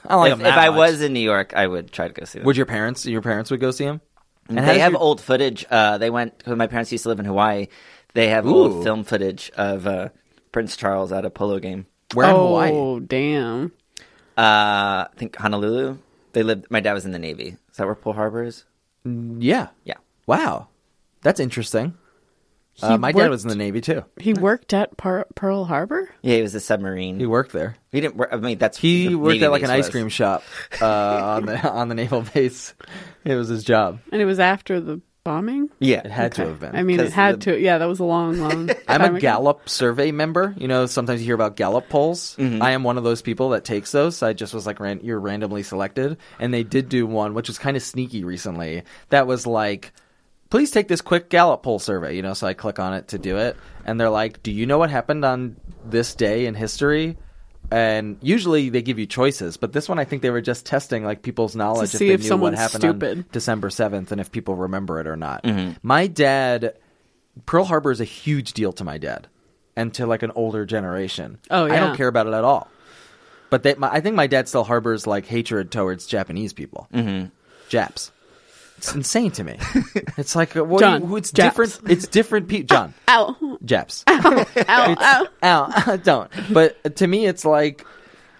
[SPEAKER 5] I like
[SPEAKER 7] if,
[SPEAKER 5] them that
[SPEAKER 7] if I
[SPEAKER 5] much.
[SPEAKER 7] was in New York, I would try to go see them.
[SPEAKER 5] would your parents? Your parents would go see him. And how
[SPEAKER 7] they
[SPEAKER 5] does
[SPEAKER 7] have
[SPEAKER 5] your-
[SPEAKER 7] old footage. Uh, they went because my parents used to live in Hawaii. They have old
[SPEAKER 5] Ooh.
[SPEAKER 7] film footage of uh, Prince Charles at a polo game.
[SPEAKER 5] Where in Hawaii?
[SPEAKER 6] oh damn.
[SPEAKER 7] Uh, I think Honolulu. They lived. My dad was in the Navy. Is that where Pearl Harbor is?
[SPEAKER 5] Yeah.
[SPEAKER 7] Yeah.
[SPEAKER 5] Wow, that's interesting. Uh, my dad
[SPEAKER 6] worked-
[SPEAKER 5] was in the Navy too.
[SPEAKER 6] He worked at Par- Pearl Harbor?
[SPEAKER 7] Yeah, he was a submarine.
[SPEAKER 5] He
[SPEAKER 7] He,
[SPEAKER 5] worked there.
[SPEAKER 7] didn't. Work, I mean, that's
[SPEAKER 5] He
[SPEAKER 7] the
[SPEAKER 5] worked
[SPEAKER 7] Navy
[SPEAKER 5] at like an
[SPEAKER 7] base
[SPEAKER 5] ice
[SPEAKER 7] was.
[SPEAKER 5] cream shop uh, on the on the naval base. It was his job.
[SPEAKER 6] And it was after the bombing?
[SPEAKER 7] Yeah,
[SPEAKER 5] It had to have been.
[SPEAKER 6] I mean, it
[SPEAKER 7] 'Cause
[SPEAKER 6] had
[SPEAKER 7] the-
[SPEAKER 6] to. Yeah, that was a long, long.
[SPEAKER 5] I'm
[SPEAKER 6] time
[SPEAKER 5] a
[SPEAKER 6] ago.
[SPEAKER 5] Gallup survey member. You know, sometimes you hear about Gallup polls. I am one of those people that takes those. So I just was like, ran- you're randomly selected. And they did do one, which was kind of sneaky recently. That was like, please take this quick Gallup poll survey. You know, so I click on it to do it. And they're like, do you know what happened on this day in history? And usually they give you choices, but this one I think they were just testing like people's knowledge
[SPEAKER 6] see
[SPEAKER 5] they
[SPEAKER 6] if
[SPEAKER 5] knew what
[SPEAKER 6] someone's
[SPEAKER 5] happened on
[SPEAKER 6] stupid.
[SPEAKER 5] December 7th and if people remember it or not. My dad Pearl Harbor is a huge deal to my dad and to like an older generation.
[SPEAKER 6] Oh,
[SPEAKER 5] I
[SPEAKER 6] yeah.
[SPEAKER 5] don't care about it at all. But they, my, I think my dad still harbors like hatred towards Japanese people, mm-hmm. Japs. It's insane to me. it's like uh, what?
[SPEAKER 6] John,
[SPEAKER 5] who- it's
[SPEAKER 6] Japs.
[SPEAKER 5] different. It's different. Pe- John,
[SPEAKER 6] Ow.
[SPEAKER 5] Japs.
[SPEAKER 6] Oh,
[SPEAKER 5] Ow, ow, ow, don't. But to me, it's like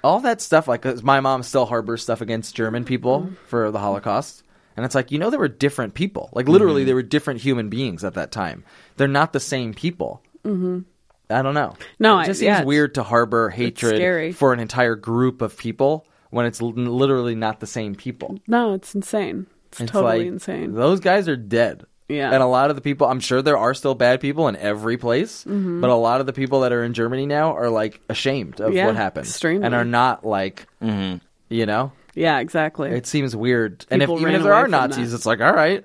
[SPEAKER 5] all that stuff. Like 'cause my mom still harbors stuff against German people
[SPEAKER 6] Mm-hmm.
[SPEAKER 5] for the Holocaust, and it's like you know they were different people. Like
[SPEAKER 6] Mm-hmm.
[SPEAKER 5] literally, they were different human beings at that time. They're not the same people. Mm-hmm. I don't know.
[SPEAKER 6] No, I-
[SPEAKER 5] it just
[SPEAKER 6] Oh, yeah,
[SPEAKER 5] seems
[SPEAKER 6] it's-
[SPEAKER 5] weird to harbor
[SPEAKER 6] scary.
[SPEAKER 5] hatred for an entire group of people when it's l- literally not the same people.
[SPEAKER 6] No, it's insane. It's,
[SPEAKER 5] It's
[SPEAKER 6] totally
[SPEAKER 5] like,
[SPEAKER 6] insane.
[SPEAKER 5] Those guys are dead.
[SPEAKER 6] Yeah.
[SPEAKER 5] And a lot of the people, I'm sure there are still bad people in every place,
[SPEAKER 6] Mm-hmm.
[SPEAKER 5] but a lot of the people that are in Germany now are like ashamed of
[SPEAKER 6] Yeah,
[SPEAKER 5] what happened
[SPEAKER 6] extremely.
[SPEAKER 5] and are not like,
[SPEAKER 7] Mm-hmm.
[SPEAKER 5] you know,
[SPEAKER 6] yeah, exactly.
[SPEAKER 5] it seems weird. and if,
[SPEAKER 6] People
[SPEAKER 5] even
[SPEAKER 6] ran
[SPEAKER 5] if there
[SPEAKER 6] away
[SPEAKER 5] are
[SPEAKER 6] from
[SPEAKER 5] Nazis,
[SPEAKER 6] that.
[SPEAKER 5] it's like, all right,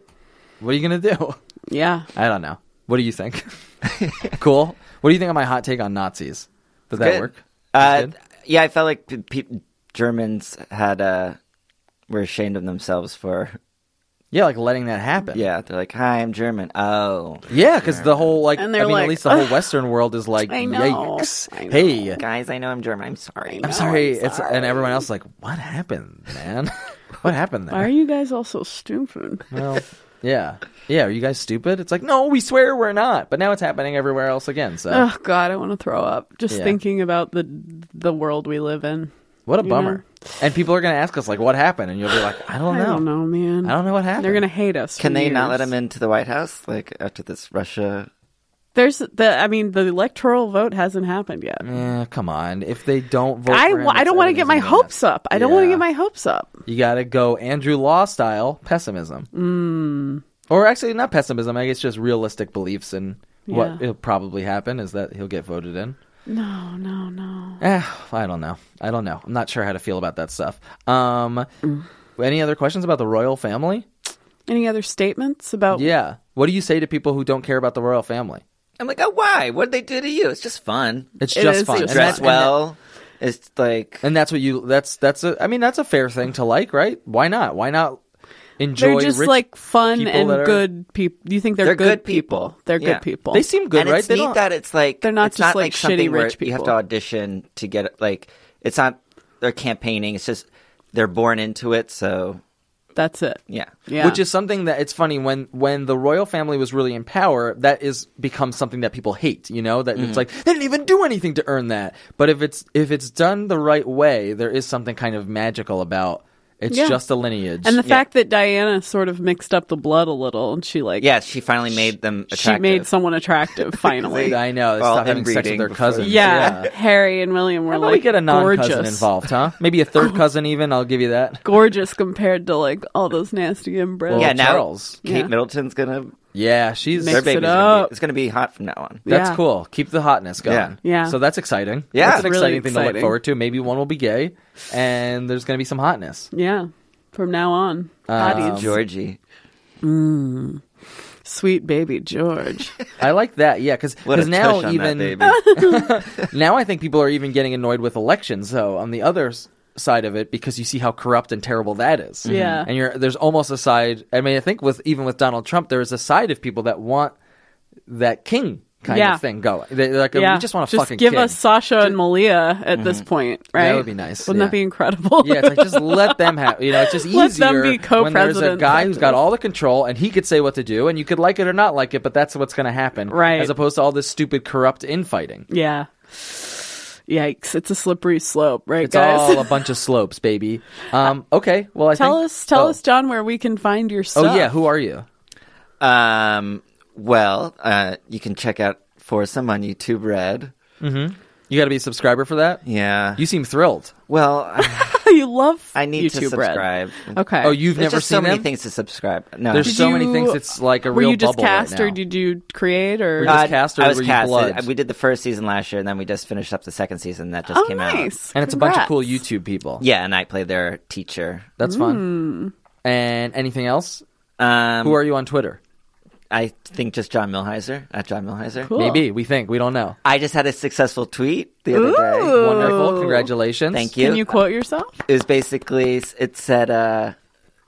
[SPEAKER 5] what are you going to do?
[SPEAKER 6] yeah.
[SPEAKER 5] I don't know. What do you think? cool. What do you think of my hot take on Nazis? Does that
[SPEAKER 7] Good.
[SPEAKER 5] work? That's
[SPEAKER 7] Uh,
[SPEAKER 5] good?
[SPEAKER 7] yeah, I felt like pe- pe- Germans had uh, were ashamed of themselves for.
[SPEAKER 5] Yeah, like letting that happen.
[SPEAKER 7] Yeah, they're like, "Hi, I'm German." Oh,
[SPEAKER 5] Yeah, because the whole like, I
[SPEAKER 6] And
[SPEAKER 5] mean,
[SPEAKER 6] they're
[SPEAKER 5] at
[SPEAKER 6] like,
[SPEAKER 5] least the whole
[SPEAKER 6] "Ugh."
[SPEAKER 5] Western world is like,
[SPEAKER 6] I know.
[SPEAKER 5] yikes!
[SPEAKER 6] I know.
[SPEAKER 5] Hey,
[SPEAKER 7] guys, I know I'm German. I'm sorry.
[SPEAKER 5] I'm sorry. It's and everyone else is like, what happened, man? what happened
[SPEAKER 6] Why are
[SPEAKER 5] there?
[SPEAKER 6] you guys all so stupid?
[SPEAKER 5] Well, yeah, yeah. Are you guys stupid? It's like, no, we swear we're not. But now it's happening everywhere else again. So
[SPEAKER 6] Oh God, I want to throw up just
[SPEAKER 5] Yeah.
[SPEAKER 6] thinking about the the world we live in.
[SPEAKER 5] what a
[SPEAKER 6] you
[SPEAKER 5] bummer. And people are gonna ask us like, what happened? And you'll be like, I don't
[SPEAKER 6] I
[SPEAKER 5] know.
[SPEAKER 6] don't know, man.
[SPEAKER 5] I don't know what happened.
[SPEAKER 6] They're gonna hate us.
[SPEAKER 7] Can
[SPEAKER 6] for
[SPEAKER 7] they not let
[SPEAKER 6] years.
[SPEAKER 7] him into the White House? Like after this Russia,
[SPEAKER 6] There's the. I mean, the electoral vote hasn't happened yet.
[SPEAKER 5] Eh, come on. If they don't vote,
[SPEAKER 6] I,
[SPEAKER 5] for him,
[SPEAKER 6] I
[SPEAKER 5] it's
[SPEAKER 6] don't want to get
[SPEAKER 5] everything's
[SPEAKER 6] my
[SPEAKER 5] gonna be a mess.
[SPEAKER 6] hopes up. I don't want to
[SPEAKER 5] Yeah.
[SPEAKER 6] get my hopes up.
[SPEAKER 5] You gotta go Andrew Law style pessimism. Mm. Or actually, not pessimism. I guess just realistic beliefs in what
[SPEAKER 6] Yeah.
[SPEAKER 5] will probably happen is that he'll get voted in.
[SPEAKER 6] No, no, no.
[SPEAKER 5] Eh, I don't know. I don't know. I'm not sure how to feel about that stuff. Um, any other questions about the royal family?
[SPEAKER 6] Any other statements about?
[SPEAKER 5] Yeah. What do you say to people who don't care about the royal family?
[SPEAKER 7] I'm like, "Oh, why? What did they do to you? It's just fun.
[SPEAKER 5] It's
[SPEAKER 6] It
[SPEAKER 5] just
[SPEAKER 6] is
[SPEAKER 5] fun.
[SPEAKER 6] just
[SPEAKER 5] and, that's,
[SPEAKER 7] Dress
[SPEAKER 5] and that-
[SPEAKER 7] well. It's like
[SPEAKER 5] and that's what you. That's that's a. I mean, that's a fair thing to like, right? Why not? Why not enjoy?
[SPEAKER 6] They're just
[SPEAKER 5] rich-
[SPEAKER 6] like fun
[SPEAKER 5] people
[SPEAKER 6] and
[SPEAKER 5] that are-
[SPEAKER 6] good people. You think they're,
[SPEAKER 7] They're
[SPEAKER 6] good
[SPEAKER 7] good people.
[SPEAKER 6] people? They're
[SPEAKER 7] Yeah.
[SPEAKER 6] good people.
[SPEAKER 5] They seem good,
[SPEAKER 7] and
[SPEAKER 5] right?
[SPEAKER 7] It's
[SPEAKER 5] They
[SPEAKER 7] neat
[SPEAKER 5] don't-
[SPEAKER 7] that it's like
[SPEAKER 6] They're not
[SPEAKER 7] it's
[SPEAKER 6] just, like, shitty
[SPEAKER 7] something where
[SPEAKER 6] rich
[SPEAKER 7] You have to
[SPEAKER 6] people.
[SPEAKER 7] audition to get like it's not they're campaigning. It's just they're born into it. So
[SPEAKER 6] That's it.
[SPEAKER 7] yeah,
[SPEAKER 6] Yeah.
[SPEAKER 5] Which is something that it's funny when when the royal family was really in power, that is becomes something that people hate. You know
[SPEAKER 6] Mm-hmm.
[SPEAKER 5] that it's like they didn't even do anything to earn that. But if it's if it's done the right way, there is something kind of magical about. It's
[SPEAKER 6] Yeah.
[SPEAKER 5] just a lineage.
[SPEAKER 6] and the fact that Diana sort of mixed up the blood a little, and she like
[SPEAKER 7] yeah. She finally made them.
[SPEAKER 6] she
[SPEAKER 7] Attractive.
[SPEAKER 6] made someone attractive finally.
[SPEAKER 5] I know they
[SPEAKER 7] Well,
[SPEAKER 5] stop having sex with
[SPEAKER 7] inbreeding
[SPEAKER 5] their
[SPEAKER 7] before-
[SPEAKER 5] cousins.
[SPEAKER 6] yeah. Harry and William were
[SPEAKER 5] How about
[SPEAKER 6] like
[SPEAKER 5] we get a non-cousin
[SPEAKER 6] gorgeous,
[SPEAKER 5] involved, huh? Maybe a third cousin even. I'll give you that.
[SPEAKER 6] gorgeous compared to like all those nasty inbred.
[SPEAKER 5] Well,
[SPEAKER 7] Yeah, now
[SPEAKER 5] Charles.
[SPEAKER 7] Kate
[SPEAKER 6] Yeah.
[SPEAKER 7] Middleton's gonna
[SPEAKER 5] Yeah, she's
[SPEAKER 7] their
[SPEAKER 6] Mix it
[SPEAKER 7] baby's gonna
[SPEAKER 6] up.
[SPEAKER 7] be, it's gonna be hot from now on.
[SPEAKER 5] That's
[SPEAKER 6] Yeah.
[SPEAKER 5] cool. Keep the hotness going.
[SPEAKER 7] Yeah.
[SPEAKER 6] Yeah.
[SPEAKER 5] So that's exciting.
[SPEAKER 7] Yeah.
[SPEAKER 5] That's an
[SPEAKER 6] It's
[SPEAKER 5] exciting
[SPEAKER 6] really
[SPEAKER 5] thing to look
[SPEAKER 6] exciting.
[SPEAKER 5] forward to. Maybe one will be gay and there's going to be some hotness.
[SPEAKER 6] yeah, from now on,
[SPEAKER 5] Um,
[SPEAKER 6] hotties.
[SPEAKER 7] Um, Georgie.
[SPEAKER 6] sweet baby George.
[SPEAKER 5] I like that. Yeah, cuz
[SPEAKER 7] What a
[SPEAKER 5] now
[SPEAKER 7] tush on
[SPEAKER 5] even
[SPEAKER 7] that baby.
[SPEAKER 5] now I think people are even getting annoyed with elections though on the other s- side of it because you see how corrupt and terrible that is.
[SPEAKER 6] Mm-hmm. Yeah.
[SPEAKER 5] And you're there's almost a side I mean I think with even with Donald Trump there is a side of people that want that king kind
[SPEAKER 6] Yeah.
[SPEAKER 5] of thing going. They, they're like
[SPEAKER 6] yeah,
[SPEAKER 5] we just want a fucking
[SPEAKER 6] give
[SPEAKER 5] king.
[SPEAKER 6] us Sasha and Malia at this point, right?
[SPEAKER 5] would be nice,
[SPEAKER 6] Wouldn't
[SPEAKER 5] yeah.
[SPEAKER 6] that be incredible?
[SPEAKER 5] Yeah, it's like just let them have. You know, it's just easier
[SPEAKER 6] Let them be
[SPEAKER 5] when there's a
[SPEAKER 6] co-presidents
[SPEAKER 5] guy
[SPEAKER 6] like
[SPEAKER 5] who's got
[SPEAKER 6] this.
[SPEAKER 5] all the control and he could say what to do, and you could like it or not like it, but that's what's going to happen,
[SPEAKER 6] Right.
[SPEAKER 5] As opposed to all this stupid corrupt infighting.
[SPEAKER 6] yeah. Yikes! It's a slippery slope, right,
[SPEAKER 5] It's
[SPEAKER 6] guys?
[SPEAKER 5] all a bunch of slopes, baby. Um, okay, well, I
[SPEAKER 6] tell
[SPEAKER 5] think-
[SPEAKER 6] us, tell
[SPEAKER 5] oh.
[SPEAKER 6] us, John, where we can find your
[SPEAKER 5] Oh
[SPEAKER 6] stuff.
[SPEAKER 5] yeah, who are you?
[SPEAKER 7] um. Well, uh, you can check out Foursome on YouTube Red.
[SPEAKER 5] You got to be a subscriber for that.
[SPEAKER 7] Yeah.
[SPEAKER 5] You seem thrilled.
[SPEAKER 7] well, I,
[SPEAKER 6] you love?
[SPEAKER 7] I need to
[SPEAKER 6] YouTube Red.
[SPEAKER 7] subscribe.
[SPEAKER 6] Okay.
[SPEAKER 5] Oh, you've
[SPEAKER 7] There's
[SPEAKER 5] never
[SPEAKER 7] just
[SPEAKER 5] seen
[SPEAKER 7] so many
[SPEAKER 5] them?
[SPEAKER 7] things to subscribe. No,
[SPEAKER 5] There's
[SPEAKER 6] Did
[SPEAKER 5] so many
[SPEAKER 6] you-
[SPEAKER 5] things. It's like a
[SPEAKER 6] Were
[SPEAKER 5] real
[SPEAKER 6] you just
[SPEAKER 5] bubble right
[SPEAKER 6] cast, or
[SPEAKER 5] now.
[SPEAKER 6] did you create, or
[SPEAKER 5] just cast or
[SPEAKER 7] I was
[SPEAKER 5] were you
[SPEAKER 7] cast.
[SPEAKER 5] bloods?
[SPEAKER 7] We did the first season last year, and then we just finished up the second season that just
[SPEAKER 6] oh,
[SPEAKER 7] came out.
[SPEAKER 6] nice.
[SPEAKER 5] and it's a bunch of cool
[SPEAKER 6] Congrats.
[SPEAKER 5] YouTube people.
[SPEAKER 7] Yeah, and I played their teacher.
[SPEAKER 5] that's fun.
[SPEAKER 6] Hmm.
[SPEAKER 5] And anything else?
[SPEAKER 7] Um,
[SPEAKER 5] Who are you on Twitter?
[SPEAKER 7] I think just John Milheiser at John Milheiser.
[SPEAKER 6] Cool.
[SPEAKER 5] Maybe we think we don't know.
[SPEAKER 7] I just had a successful tweet the other day.
[SPEAKER 6] Oh.
[SPEAKER 5] Wonderful, congratulations.
[SPEAKER 7] Thank you.
[SPEAKER 6] Can you quote yourself?
[SPEAKER 7] It was basically it said uh,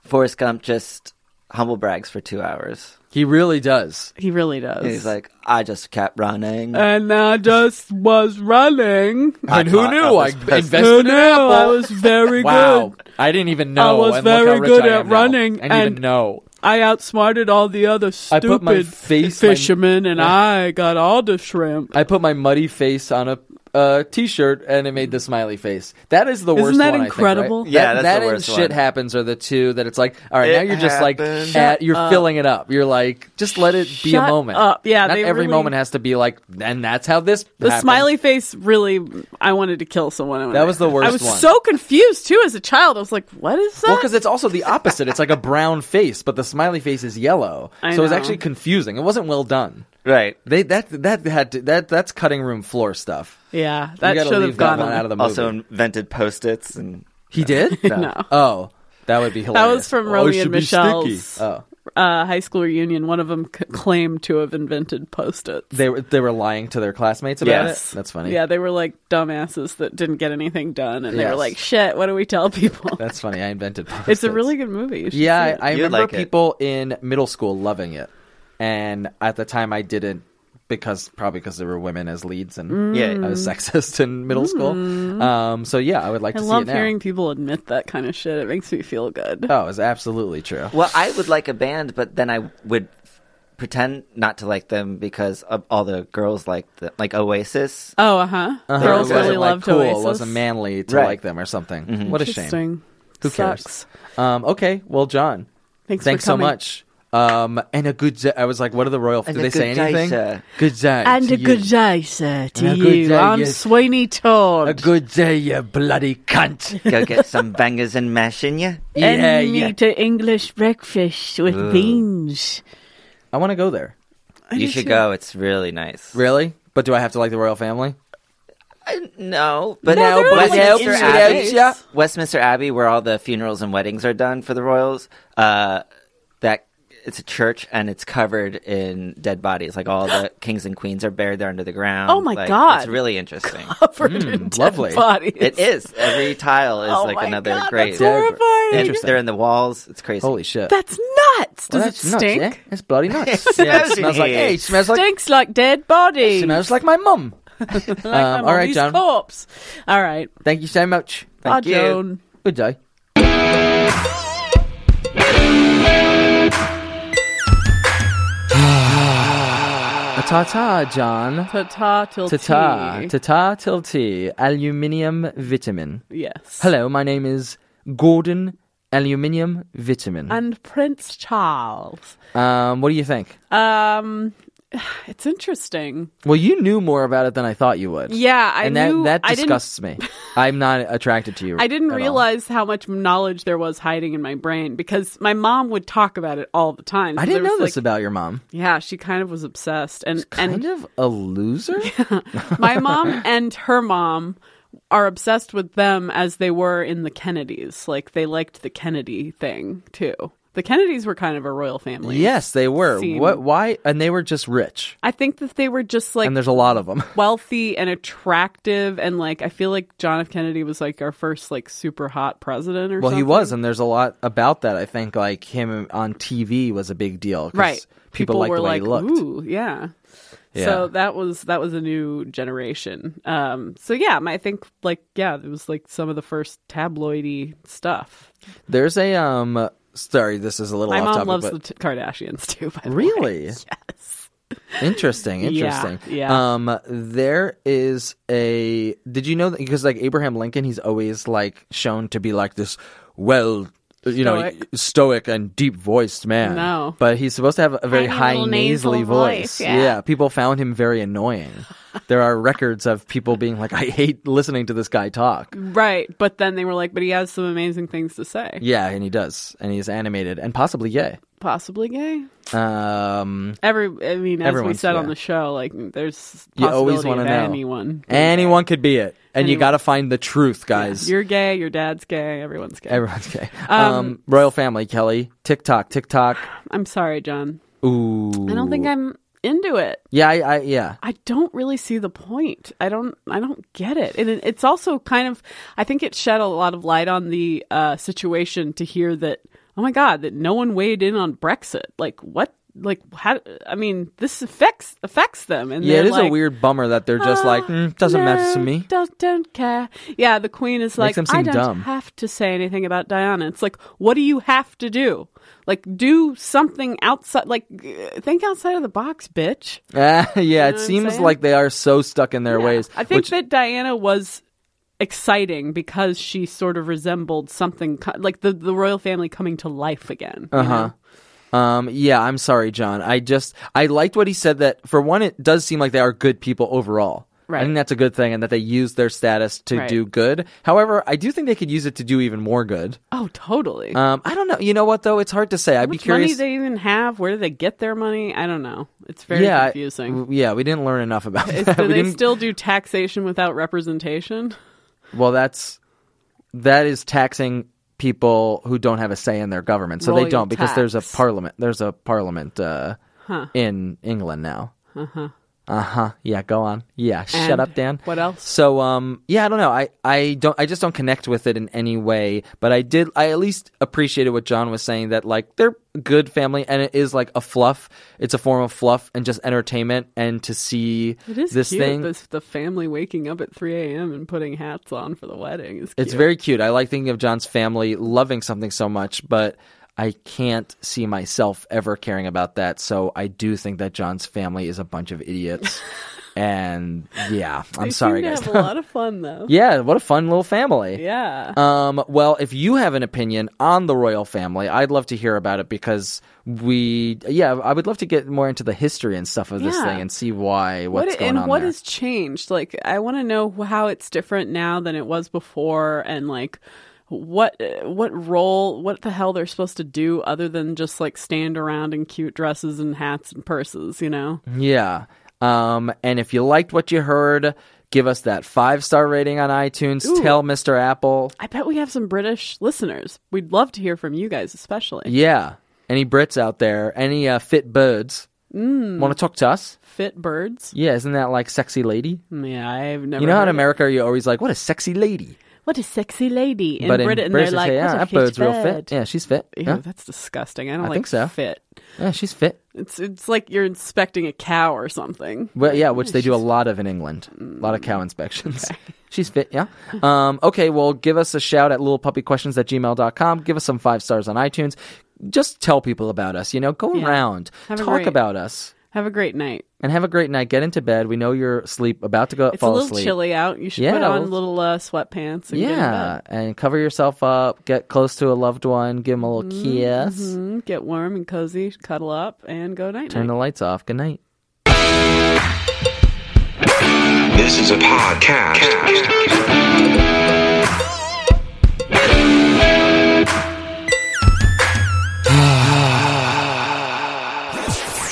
[SPEAKER 7] Forrest Gump just humble brags for two hours.
[SPEAKER 5] He really does.
[SPEAKER 6] He really does.
[SPEAKER 7] And he's like, I just kept running.
[SPEAKER 6] and I just was running.
[SPEAKER 5] and who
[SPEAKER 7] thought
[SPEAKER 5] knew?
[SPEAKER 7] of
[SPEAKER 5] I
[SPEAKER 7] this person.
[SPEAKER 5] invested
[SPEAKER 6] Who
[SPEAKER 5] in
[SPEAKER 6] knew?
[SPEAKER 5] Apple.
[SPEAKER 6] I was very
[SPEAKER 5] wow.
[SPEAKER 6] good.
[SPEAKER 5] I didn't even
[SPEAKER 6] I
[SPEAKER 5] know.
[SPEAKER 6] was
[SPEAKER 5] and look how
[SPEAKER 6] very
[SPEAKER 5] rich
[SPEAKER 6] good
[SPEAKER 5] I am
[SPEAKER 6] at
[SPEAKER 5] now.
[SPEAKER 6] running,
[SPEAKER 5] I didn't
[SPEAKER 6] and-
[SPEAKER 5] even know.
[SPEAKER 6] I outsmarted all the other
[SPEAKER 5] I
[SPEAKER 6] stupid
[SPEAKER 5] put my face- my-
[SPEAKER 6] fishermen, and I got all the shrimp.
[SPEAKER 5] I put my muddy face on a uh, t-shirt and it made the smiley face. That is the
[SPEAKER 6] Isn't
[SPEAKER 5] worst
[SPEAKER 6] that
[SPEAKER 5] one, I think, right?
[SPEAKER 6] incredible?
[SPEAKER 5] that,
[SPEAKER 7] Yeah, that's
[SPEAKER 5] that
[SPEAKER 7] the
[SPEAKER 5] and
[SPEAKER 7] worst
[SPEAKER 5] shit
[SPEAKER 7] one.
[SPEAKER 5] happens are the two that it's like, all right,
[SPEAKER 7] It
[SPEAKER 5] now you're just like,
[SPEAKER 7] happened.
[SPEAKER 5] at, you're filling it up. You're like, just let it be a
[SPEAKER 6] Shut
[SPEAKER 5] moment.
[SPEAKER 6] up. Yeah,
[SPEAKER 5] not
[SPEAKER 6] they
[SPEAKER 5] every
[SPEAKER 6] really-
[SPEAKER 5] moment has to be like, and that's how this.
[SPEAKER 6] The
[SPEAKER 5] happened."
[SPEAKER 6] smiley face really, I wanted to kill someone. when
[SPEAKER 5] That
[SPEAKER 6] I-
[SPEAKER 5] was the worst
[SPEAKER 6] I was
[SPEAKER 5] one.
[SPEAKER 6] so confused too as a child. I was like, "What is that?"
[SPEAKER 5] Well, because it's also the opposite. It's like a brown face, but the smiley face is yellow,
[SPEAKER 6] I
[SPEAKER 5] so it's
[SPEAKER 6] know.
[SPEAKER 5] actually confusing. It wasn't well done.
[SPEAKER 7] right.
[SPEAKER 5] They that that had to, that that's cutting room floor stuff.
[SPEAKER 6] yeah,
[SPEAKER 5] You
[SPEAKER 6] that
[SPEAKER 5] gotta
[SPEAKER 6] should
[SPEAKER 5] leave
[SPEAKER 6] have gone
[SPEAKER 5] that one
[SPEAKER 6] on.
[SPEAKER 5] out of the movie.
[SPEAKER 7] Also invented post-its and
[SPEAKER 5] he did.
[SPEAKER 6] No.
[SPEAKER 5] Oh, that would be hilarious.
[SPEAKER 6] that was from
[SPEAKER 5] Oh,
[SPEAKER 6] Romeo
[SPEAKER 5] should
[SPEAKER 6] and
[SPEAKER 5] be sticky.
[SPEAKER 6] Michelle's
[SPEAKER 5] Oh,
[SPEAKER 6] uh, high school reunion. One of them c- claimed to have invented post-its.
[SPEAKER 5] they were they were lying to their classmates about
[SPEAKER 7] Yes.
[SPEAKER 5] it. That's funny.
[SPEAKER 6] Yeah, they were like dumbasses that didn't get anything done, and they were
[SPEAKER 5] Yes.
[SPEAKER 6] like, "Shit, what do we tell people?"
[SPEAKER 5] that's funny. I invented.
[SPEAKER 6] it's a
[SPEAKER 5] Post-its.
[SPEAKER 6] really good movie. You should
[SPEAKER 5] Yeah,
[SPEAKER 6] see
[SPEAKER 5] I,
[SPEAKER 6] it.
[SPEAKER 5] I
[SPEAKER 7] You'd
[SPEAKER 5] remember
[SPEAKER 7] like it.
[SPEAKER 5] people in middle school loving it, and at the time I didn't because probably because there were women as leads and
[SPEAKER 6] Mm.
[SPEAKER 7] Yeah.
[SPEAKER 5] I was sexist in middle school. Um, so yeah, I would like
[SPEAKER 6] I
[SPEAKER 5] to
[SPEAKER 6] love
[SPEAKER 5] see it now.
[SPEAKER 6] hearing people admit that kind of shit. It makes me feel good.
[SPEAKER 5] Oh, it's absolutely true.
[SPEAKER 7] Well, I would like a band, but then I would pretend not to like them because of all the girls like the, like Oasis.
[SPEAKER 6] Oh, uh-huh.
[SPEAKER 5] Uh-huh.
[SPEAKER 6] Girls
[SPEAKER 5] It
[SPEAKER 7] wasn't,
[SPEAKER 6] really
[SPEAKER 5] like,
[SPEAKER 6] loved
[SPEAKER 5] cool.
[SPEAKER 6] Oasis.
[SPEAKER 5] It wasn't manly to
[SPEAKER 7] Right. Mm-hmm.
[SPEAKER 5] like them or something. What a shame.
[SPEAKER 6] Interesting.
[SPEAKER 5] Who
[SPEAKER 6] Sucks.
[SPEAKER 5] cares? Um, okay, well, John,
[SPEAKER 6] Thanks for
[SPEAKER 5] so
[SPEAKER 6] coming.
[SPEAKER 5] much. Um, and a good. Day. I was like, what are the royal?
[SPEAKER 7] And
[SPEAKER 5] Did
[SPEAKER 7] a
[SPEAKER 5] they say
[SPEAKER 7] good day,
[SPEAKER 5] anything?
[SPEAKER 7] sir.
[SPEAKER 5] Good day.
[SPEAKER 6] And
[SPEAKER 5] to
[SPEAKER 6] a
[SPEAKER 5] you.
[SPEAKER 6] good day, sir, to
[SPEAKER 5] And a good
[SPEAKER 6] you.
[SPEAKER 5] day,
[SPEAKER 6] I'm
[SPEAKER 5] yes.
[SPEAKER 6] Sweeney Todd.
[SPEAKER 5] A good day, you bloody cunt.
[SPEAKER 7] Go get some bangers and mash in you.
[SPEAKER 6] and
[SPEAKER 5] yeah,
[SPEAKER 6] me
[SPEAKER 5] yeah.
[SPEAKER 6] to English breakfast with beans.
[SPEAKER 5] I want to go there.
[SPEAKER 7] You should go. It's really nice.
[SPEAKER 5] Really? But do I have to like the royal family?
[SPEAKER 7] I- no, but
[SPEAKER 5] No,
[SPEAKER 6] they're all
[SPEAKER 5] but no,
[SPEAKER 7] Westminster
[SPEAKER 6] interesting.
[SPEAKER 7] Abbey,
[SPEAKER 5] yeah.
[SPEAKER 7] Westminster Abbey, where all the funerals and weddings are done for the royals. Uh, that it's a church and it's covered in dead bodies. Like all the kings and queens are buried there under the ground.
[SPEAKER 6] Oh my
[SPEAKER 7] Like,
[SPEAKER 6] God.
[SPEAKER 7] it's really interesting.
[SPEAKER 6] Covered in dead
[SPEAKER 5] Mm, lovely.
[SPEAKER 6] bodies.
[SPEAKER 7] it is every tile is
[SPEAKER 6] Oh
[SPEAKER 7] like
[SPEAKER 6] my
[SPEAKER 7] another
[SPEAKER 6] God,
[SPEAKER 7] grave.
[SPEAKER 6] that's horrifying.
[SPEAKER 7] And they're in the walls. It's crazy.
[SPEAKER 5] Holy shit.
[SPEAKER 6] That's nuts. Does
[SPEAKER 5] Well,
[SPEAKER 6] it
[SPEAKER 5] that's nuts,
[SPEAKER 6] stink?
[SPEAKER 5] yeah? It's bloody nuts.
[SPEAKER 7] It
[SPEAKER 5] yeah, it
[SPEAKER 7] smells
[SPEAKER 5] smells like,
[SPEAKER 7] nice.
[SPEAKER 5] hey, it smells like,
[SPEAKER 6] Stinks like dead bodies.
[SPEAKER 5] smells like my mum. um, all right, John.
[SPEAKER 6] Corpse. All right.
[SPEAKER 5] Thank you so much.
[SPEAKER 6] Bye,
[SPEAKER 7] Thank you.
[SPEAKER 6] Joan.
[SPEAKER 5] Good day. Ta ta, John.
[SPEAKER 6] Ta ta till
[SPEAKER 5] Ta ta.
[SPEAKER 6] tea.
[SPEAKER 5] Ta ta till tea. Aluminium vitamin.
[SPEAKER 6] Yes.
[SPEAKER 5] Hello, my name is Gordon Aluminium Vitamin.
[SPEAKER 6] And Prince Charles.
[SPEAKER 5] Um, what do you think?
[SPEAKER 6] Um, it's interesting.
[SPEAKER 5] Well, you knew more about it than I thought you would.
[SPEAKER 6] Yeah, I
[SPEAKER 5] and
[SPEAKER 6] knew-
[SPEAKER 5] that,
[SPEAKER 6] I didn't-
[SPEAKER 5] that disgusts me. I'm not attracted to you.
[SPEAKER 6] I didn't
[SPEAKER 5] at all.
[SPEAKER 6] realize how much knowledge there was hiding in my brain because my mom would talk about it all the time. So
[SPEAKER 5] I didn't
[SPEAKER 6] there
[SPEAKER 5] know
[SPEAKER 6] was,
[SPEAKER 5] this
[SPEAKER 6] like-
[SPEAKER 5] about your mom.
[SPEAKER 6] Yeah, she kind of was obsessed, and
[SPEAKER 5] Kind
[SPEAKER 6] and
[SPEAKER 5] of a loser.
[SPEAKER 6] my mom and her mom are obsessed with them as they were in the Kennedys. Like they liked the Kennedy thing too. The Kennedys were kind of a royal family.
[SPEAKER 5] Yes, they were.
[SPEAKER 6] seem-
[SPEAKER 5] What? Why? And they were just rich.
[SPEAKER 6] I think that they were just like
[SPEAKER 5] and there's a lot of them.
[SPEAKER 6] wealthy and attractive and like I feel like John F. Kennedy was like our first like super hot president or
[SPEAKER 5] Well, he
[SPEAKER 6] something.
[SPEAKER 5] was, and there's a lot about that. I think like him on TV was a big deal. 'cause
[SPEAKER 6] right.
[SPEAKER 5] People, liked
[SPEAKER 6] were
[SPEAKER 5] the way
[SPEAKER 6] like,
[SPEAKER 5] he looked.
[SPEAKER 6] ooh, yeah.
[SPEAKER 5] Yeah.
[SPEAKER 6] So that was that was a new generation. Um, so yeah, my- I think like yeah, it was like some of the first tabloidy stuff.
[SPEAKER 5] There's a um. Sorry, this is a little
[SPEAKER 6] My
[SPEAKER 5] off
[SPEAKER 6] mom
[SPEAKER 5] topic.
[SPEAKER 6] loves
[SPEAKER 5] but
[SPEAKER 6] the t- Kardashians too. By the way.
[SPEAKER 5] Really? Interesting. Interesting.
[SPEAKER 6] yeah.
[SPEAKER 5] Um. There is a. Did you know that because like Abraham Lincoln, he's always like shown to be like this. Well. You know,
[SPEAKER 6] Stoic.
[SPEAKER 5] stoic and deep voiced man.
[SPEAKER 6] No.
[SPEAKER 5] But he's supposed to have a very high nasally voice. yeah. people found him very annoying. there are records of people being like, I hate listening to this guy talk.
[SPEAKER 6] Mm-hmm. Right, but then they were like, but he has some amazing things to say.
[SPEAKER 5] Yeah, and he does. And he's animated and possibly gay.
[SPEAKER 6] Possibly gay.
[SPEAKER 5] Um,
[SPEAKER 6] Every, I mean, as we
[SPEAKER 5] Everyone's-
[SPEAKER 6] said on
[SPEAKER 5] yeah.
[SPEAKER 6] the show, like there's
[SPEAKER 5] You always
[SPEAKER 6] possibility
[SPEAKER 5] wanna
[SPEAKER 6] of
[SPEAKER 5] know.
[SPEAKER 6] anyone.
[SPEAKER 5] anyone could be it. And you
[SPEAKER 6] Anyone.
[SPEAKER 5] got to find the truth, guys.
[SPEAKER 6] You're gay. Your dad's gay. Everyone's gay.
[SPEAKER 5] Everyone's gay. Um, royal family, Kelly. TikTok, TikTok.
[SPEAKER 6] I'm sorry, John.
[SPEAKER 5] Ooh.
[SPEAKER 6] I don't think I'm into it.
[SPEAKER 5] Yeah, I, I yeah.
[SPEAKER 6] I don't really see the point. I don't. I don't get it. And it, it's also kind of. I think it shed a lot of light on the uh, situation to hear that. oh my god, that no one weighed in on Brexit. Like what? Like how? I mean, this affects affects them. And
[SPEAKER 5] Yeah,
[SPEAKER 6] they're
[SPEAKER 5] it is a
[SPEAKER 6] like,
[SPEAKER 5] weird bummer that they're just like
[SPEAKER 6] "Ah,
[SPEAKER 5] mm, doesn't matter to
[SPEAKER 6] no,
[SPEAKER 5] me.
[SPEAKER 6] Don't don't care. Yeah, the Queen is like,
[SPEAKER 5] them
[SPEAKER 6] I
[SPEAKER 5] seem
[SPEAKER 6] don't
[SPEAKER 5] dumb."
[SPEAKER 6] have to say anything about Diana. It's like, what do you have to do? Like, do something outside. Like, uh, think outside of the box, bitch.
[SPEAKER 5] Ah, yeah, it
[SPEAKER 6] what I'm
[SPEAKER 5] seems
[SPEAKER 6] saying?
[SPEAKER 5] like they are so stuck in their ways.
[SPEAKER 6] I think
[SPEAKER 5] which-
[SPEAKER 6] that Diana was exciting because she sort of resembled something co- like the the royal family coming to life again. you
[SPEAKER 5] Uh-huh.
[SPEAKER 6] know?
[SPEAKER 5] Um, yeah, I'm sorry, John. I just I liked what he said that for one, it does seem like they are good people overall. I
[SPEAKER 6] Right.
[SPEAKER 5] think that's a good thing, and that they use their status to
[SPEAKER 6] Right.
[SPEAKER 5] do good. However, I do think they could use it to do even more good.
[SPEAKER 6] Oh, totally.
[SPEAKER 5] Um, I don't know. You know what though? It's hard to say. I'd
[SPEAKER 6] Which
[SPEAKER 5] be curious.
[SPEAKER 6] money they even have? Where do they get their money? I don't know. It's very
[SPEAKER 5] yeah, I-
[SPEAKER 6] confusing.
[SPEAKER 5] w- yeah, we didn't learn enough about
[SPEAKER 6] Is,
[SPEAKER 5] that.
[SPEAKER 6] do
[SPEAKER 5] We
[SPEAKER 6] they
[SPEAKER 5] didn't-
[SPEAKER 6] still do taxation without representation?
[SPEAKER 5] well, that's that is taxing people who don't have a say in their government, so they
[SPEAKER 6] Royal
[SPEAKER 5] don't because there's a
[SPEAKER 6] tax.
[SPEAKER 5] parliament. There's a parliament uh, in England now. Uh huh. Uh huh. Yeah. Go on. Yeah. shut
[SPEAKER 6] Uh-huh. And
[SPEAKER 5] up, Dan.
[SPEAKER 6] what else?
[SPEAKER 5] So um, yeah, I don't know. I I don't. I just don't connect with it in any way. But I did. I at least appreciated what John was saying that like they're a good family, and it is like a fluff. It's a form of fluff and just entertainment, and to see
[SPEAKER 6] It is
[SPEAKER 5] this
[SPEAKER 6] cute.
[SPEAKER 5] thing.
[SPEAKER 6] This, the family waking up at 3 a.m. and putting hats on for the wedding is
[SPEAKER 5] It's
[SPEAKER 6] cute.
[SPEAKER 5] very cute. I like thinking of John's family loving something so much, but I can't see myself ever caring about that. So I do think that John's family is a bunch of idiots. and yeah, I'm
[SPEAKER 6] They
[SPEAKER 5] sorry,
[SPEAKER 6] seem to
[SPEAKER 5] guys.
[SPEAKER 6] have a lot of fun though.
[SPEAKER 5] yeah, what a fun little family.
[SPEAKER 6] yeah.
[SPEAKER 5] Um, well, if you have an opinion on the royal family, I'd love to hear about it because we, yeah, I would love to get more into the history and stuff of this
[SPEAKER 6] Yeah.
[SPEAKER 5] thing and see why what's
[SPEAKER 6] what,
[SPEAKER 5] going
[SPEAKER 6] and
[SPEAKER 5] on
[SPEAKER 6] what
[SPEAKER 5] there.
[SPEAKER 6] has changed like i want to know how it's different now than it was before and like what what role what the hell they're supposed to do other than just like stand around in cute dresses and hats and purses you know
[SPEAKER 5] Mm-hmm. Yeah. Um, and if you liked what you heard, give us that five star rating on iTunes. Tell Mr. Apple.
[SPEAKER 6] i bet we have some british listeners we'd love to hear from you guys especially
[SPEAKER 5] Yeah. Any Brits out there? Any uh, fit birds? Mm. Want to talk to us?
[SPEAKER 6] fit birds
[SPEAKER 5] Yeah, isn't that like sexy lady?
[SPEAKER 6] yeah i've never
[SPEAKER 5] You know how in
[SPEAKER 6] heard
[SPEAKER 5] America you're always like, what a sexy lady.
[SPEAKER 6] it. what a sexy lady in
[SPEAKER 5] but
[SPEAKER 6] britain
[SPEAKER 5] in
[SPEAKER 6] they're
[SPEAKER 5] Brits, they
[SPEAKER 6] like
[SPEAKER 5] say, yeah,
[SPEAKER 6] what a
[SPEAKER 5] that
[SPEAKER 6] huge
[SPEAKER 5] bird's real
[SPEAKER 6] bird."
[SPEAKER 5] fit. Yeah, she's fit.
[SPEAKER 6] Ew,
[SPEAKER 5] Yeah,
[SPEAKER 6] that's disgusting. I don't
[SPEAKER 5] I
[SPEAKER 6] like
[SPEAKER 5] think so.
[SPEAKER 6] fit.
[SPEAKER 5] yeah she's fit.
[SPEAKER 6] It's it's like you're inspecting a cow or something.
[SPEAKER 5] Well, yeah, which they do a lot of in England. A lot of
[SPEAKER 6] Mm.
[SPEAKER 5] cow inspections. She's fit, yeah. Um, okay, well, give us a shout at littlepuppyquestions at gmail.com. Give us some five stars on iTunes. Just tell people about us, you know, go around,
[SPEAKER 6] Have a
[SPEAKER 5] talk
[SPEAKER 6] great-
[SPEAKER 5] about us,
[SPEAKER 6] Have a great night.
[SPEAKER 5] and have a great night. Get into bed. We know you're asleep, about to go
[SPEAKER 6] It's
[SPEAKER 5] fall
[SPEAKER 6] a little
[SPEAKER 5] asleep.
[SPEAKER 6] chilly out. You should
[SPEAKER 5] Yeah,
[SPEAKER 6] put
[SPEAKER 5] well-
[SPEAKER 6] on little uh, sweatpants and
[SPEAKER 5] Yeah, and cover yourself up. Get close to a loved one. Give them a little
[SPEAKER 6] get,
[SPEAKER 5] kiss.
[SPEAKER 6] in bed. Mm, get warm and cozy, cuddle up, and go night
[SPEAKER 5] Turn
[SPEAKER 6] night.
[SPEAKER 5] the lights off. Good night.
[SPEAKER 4] This is a podcast.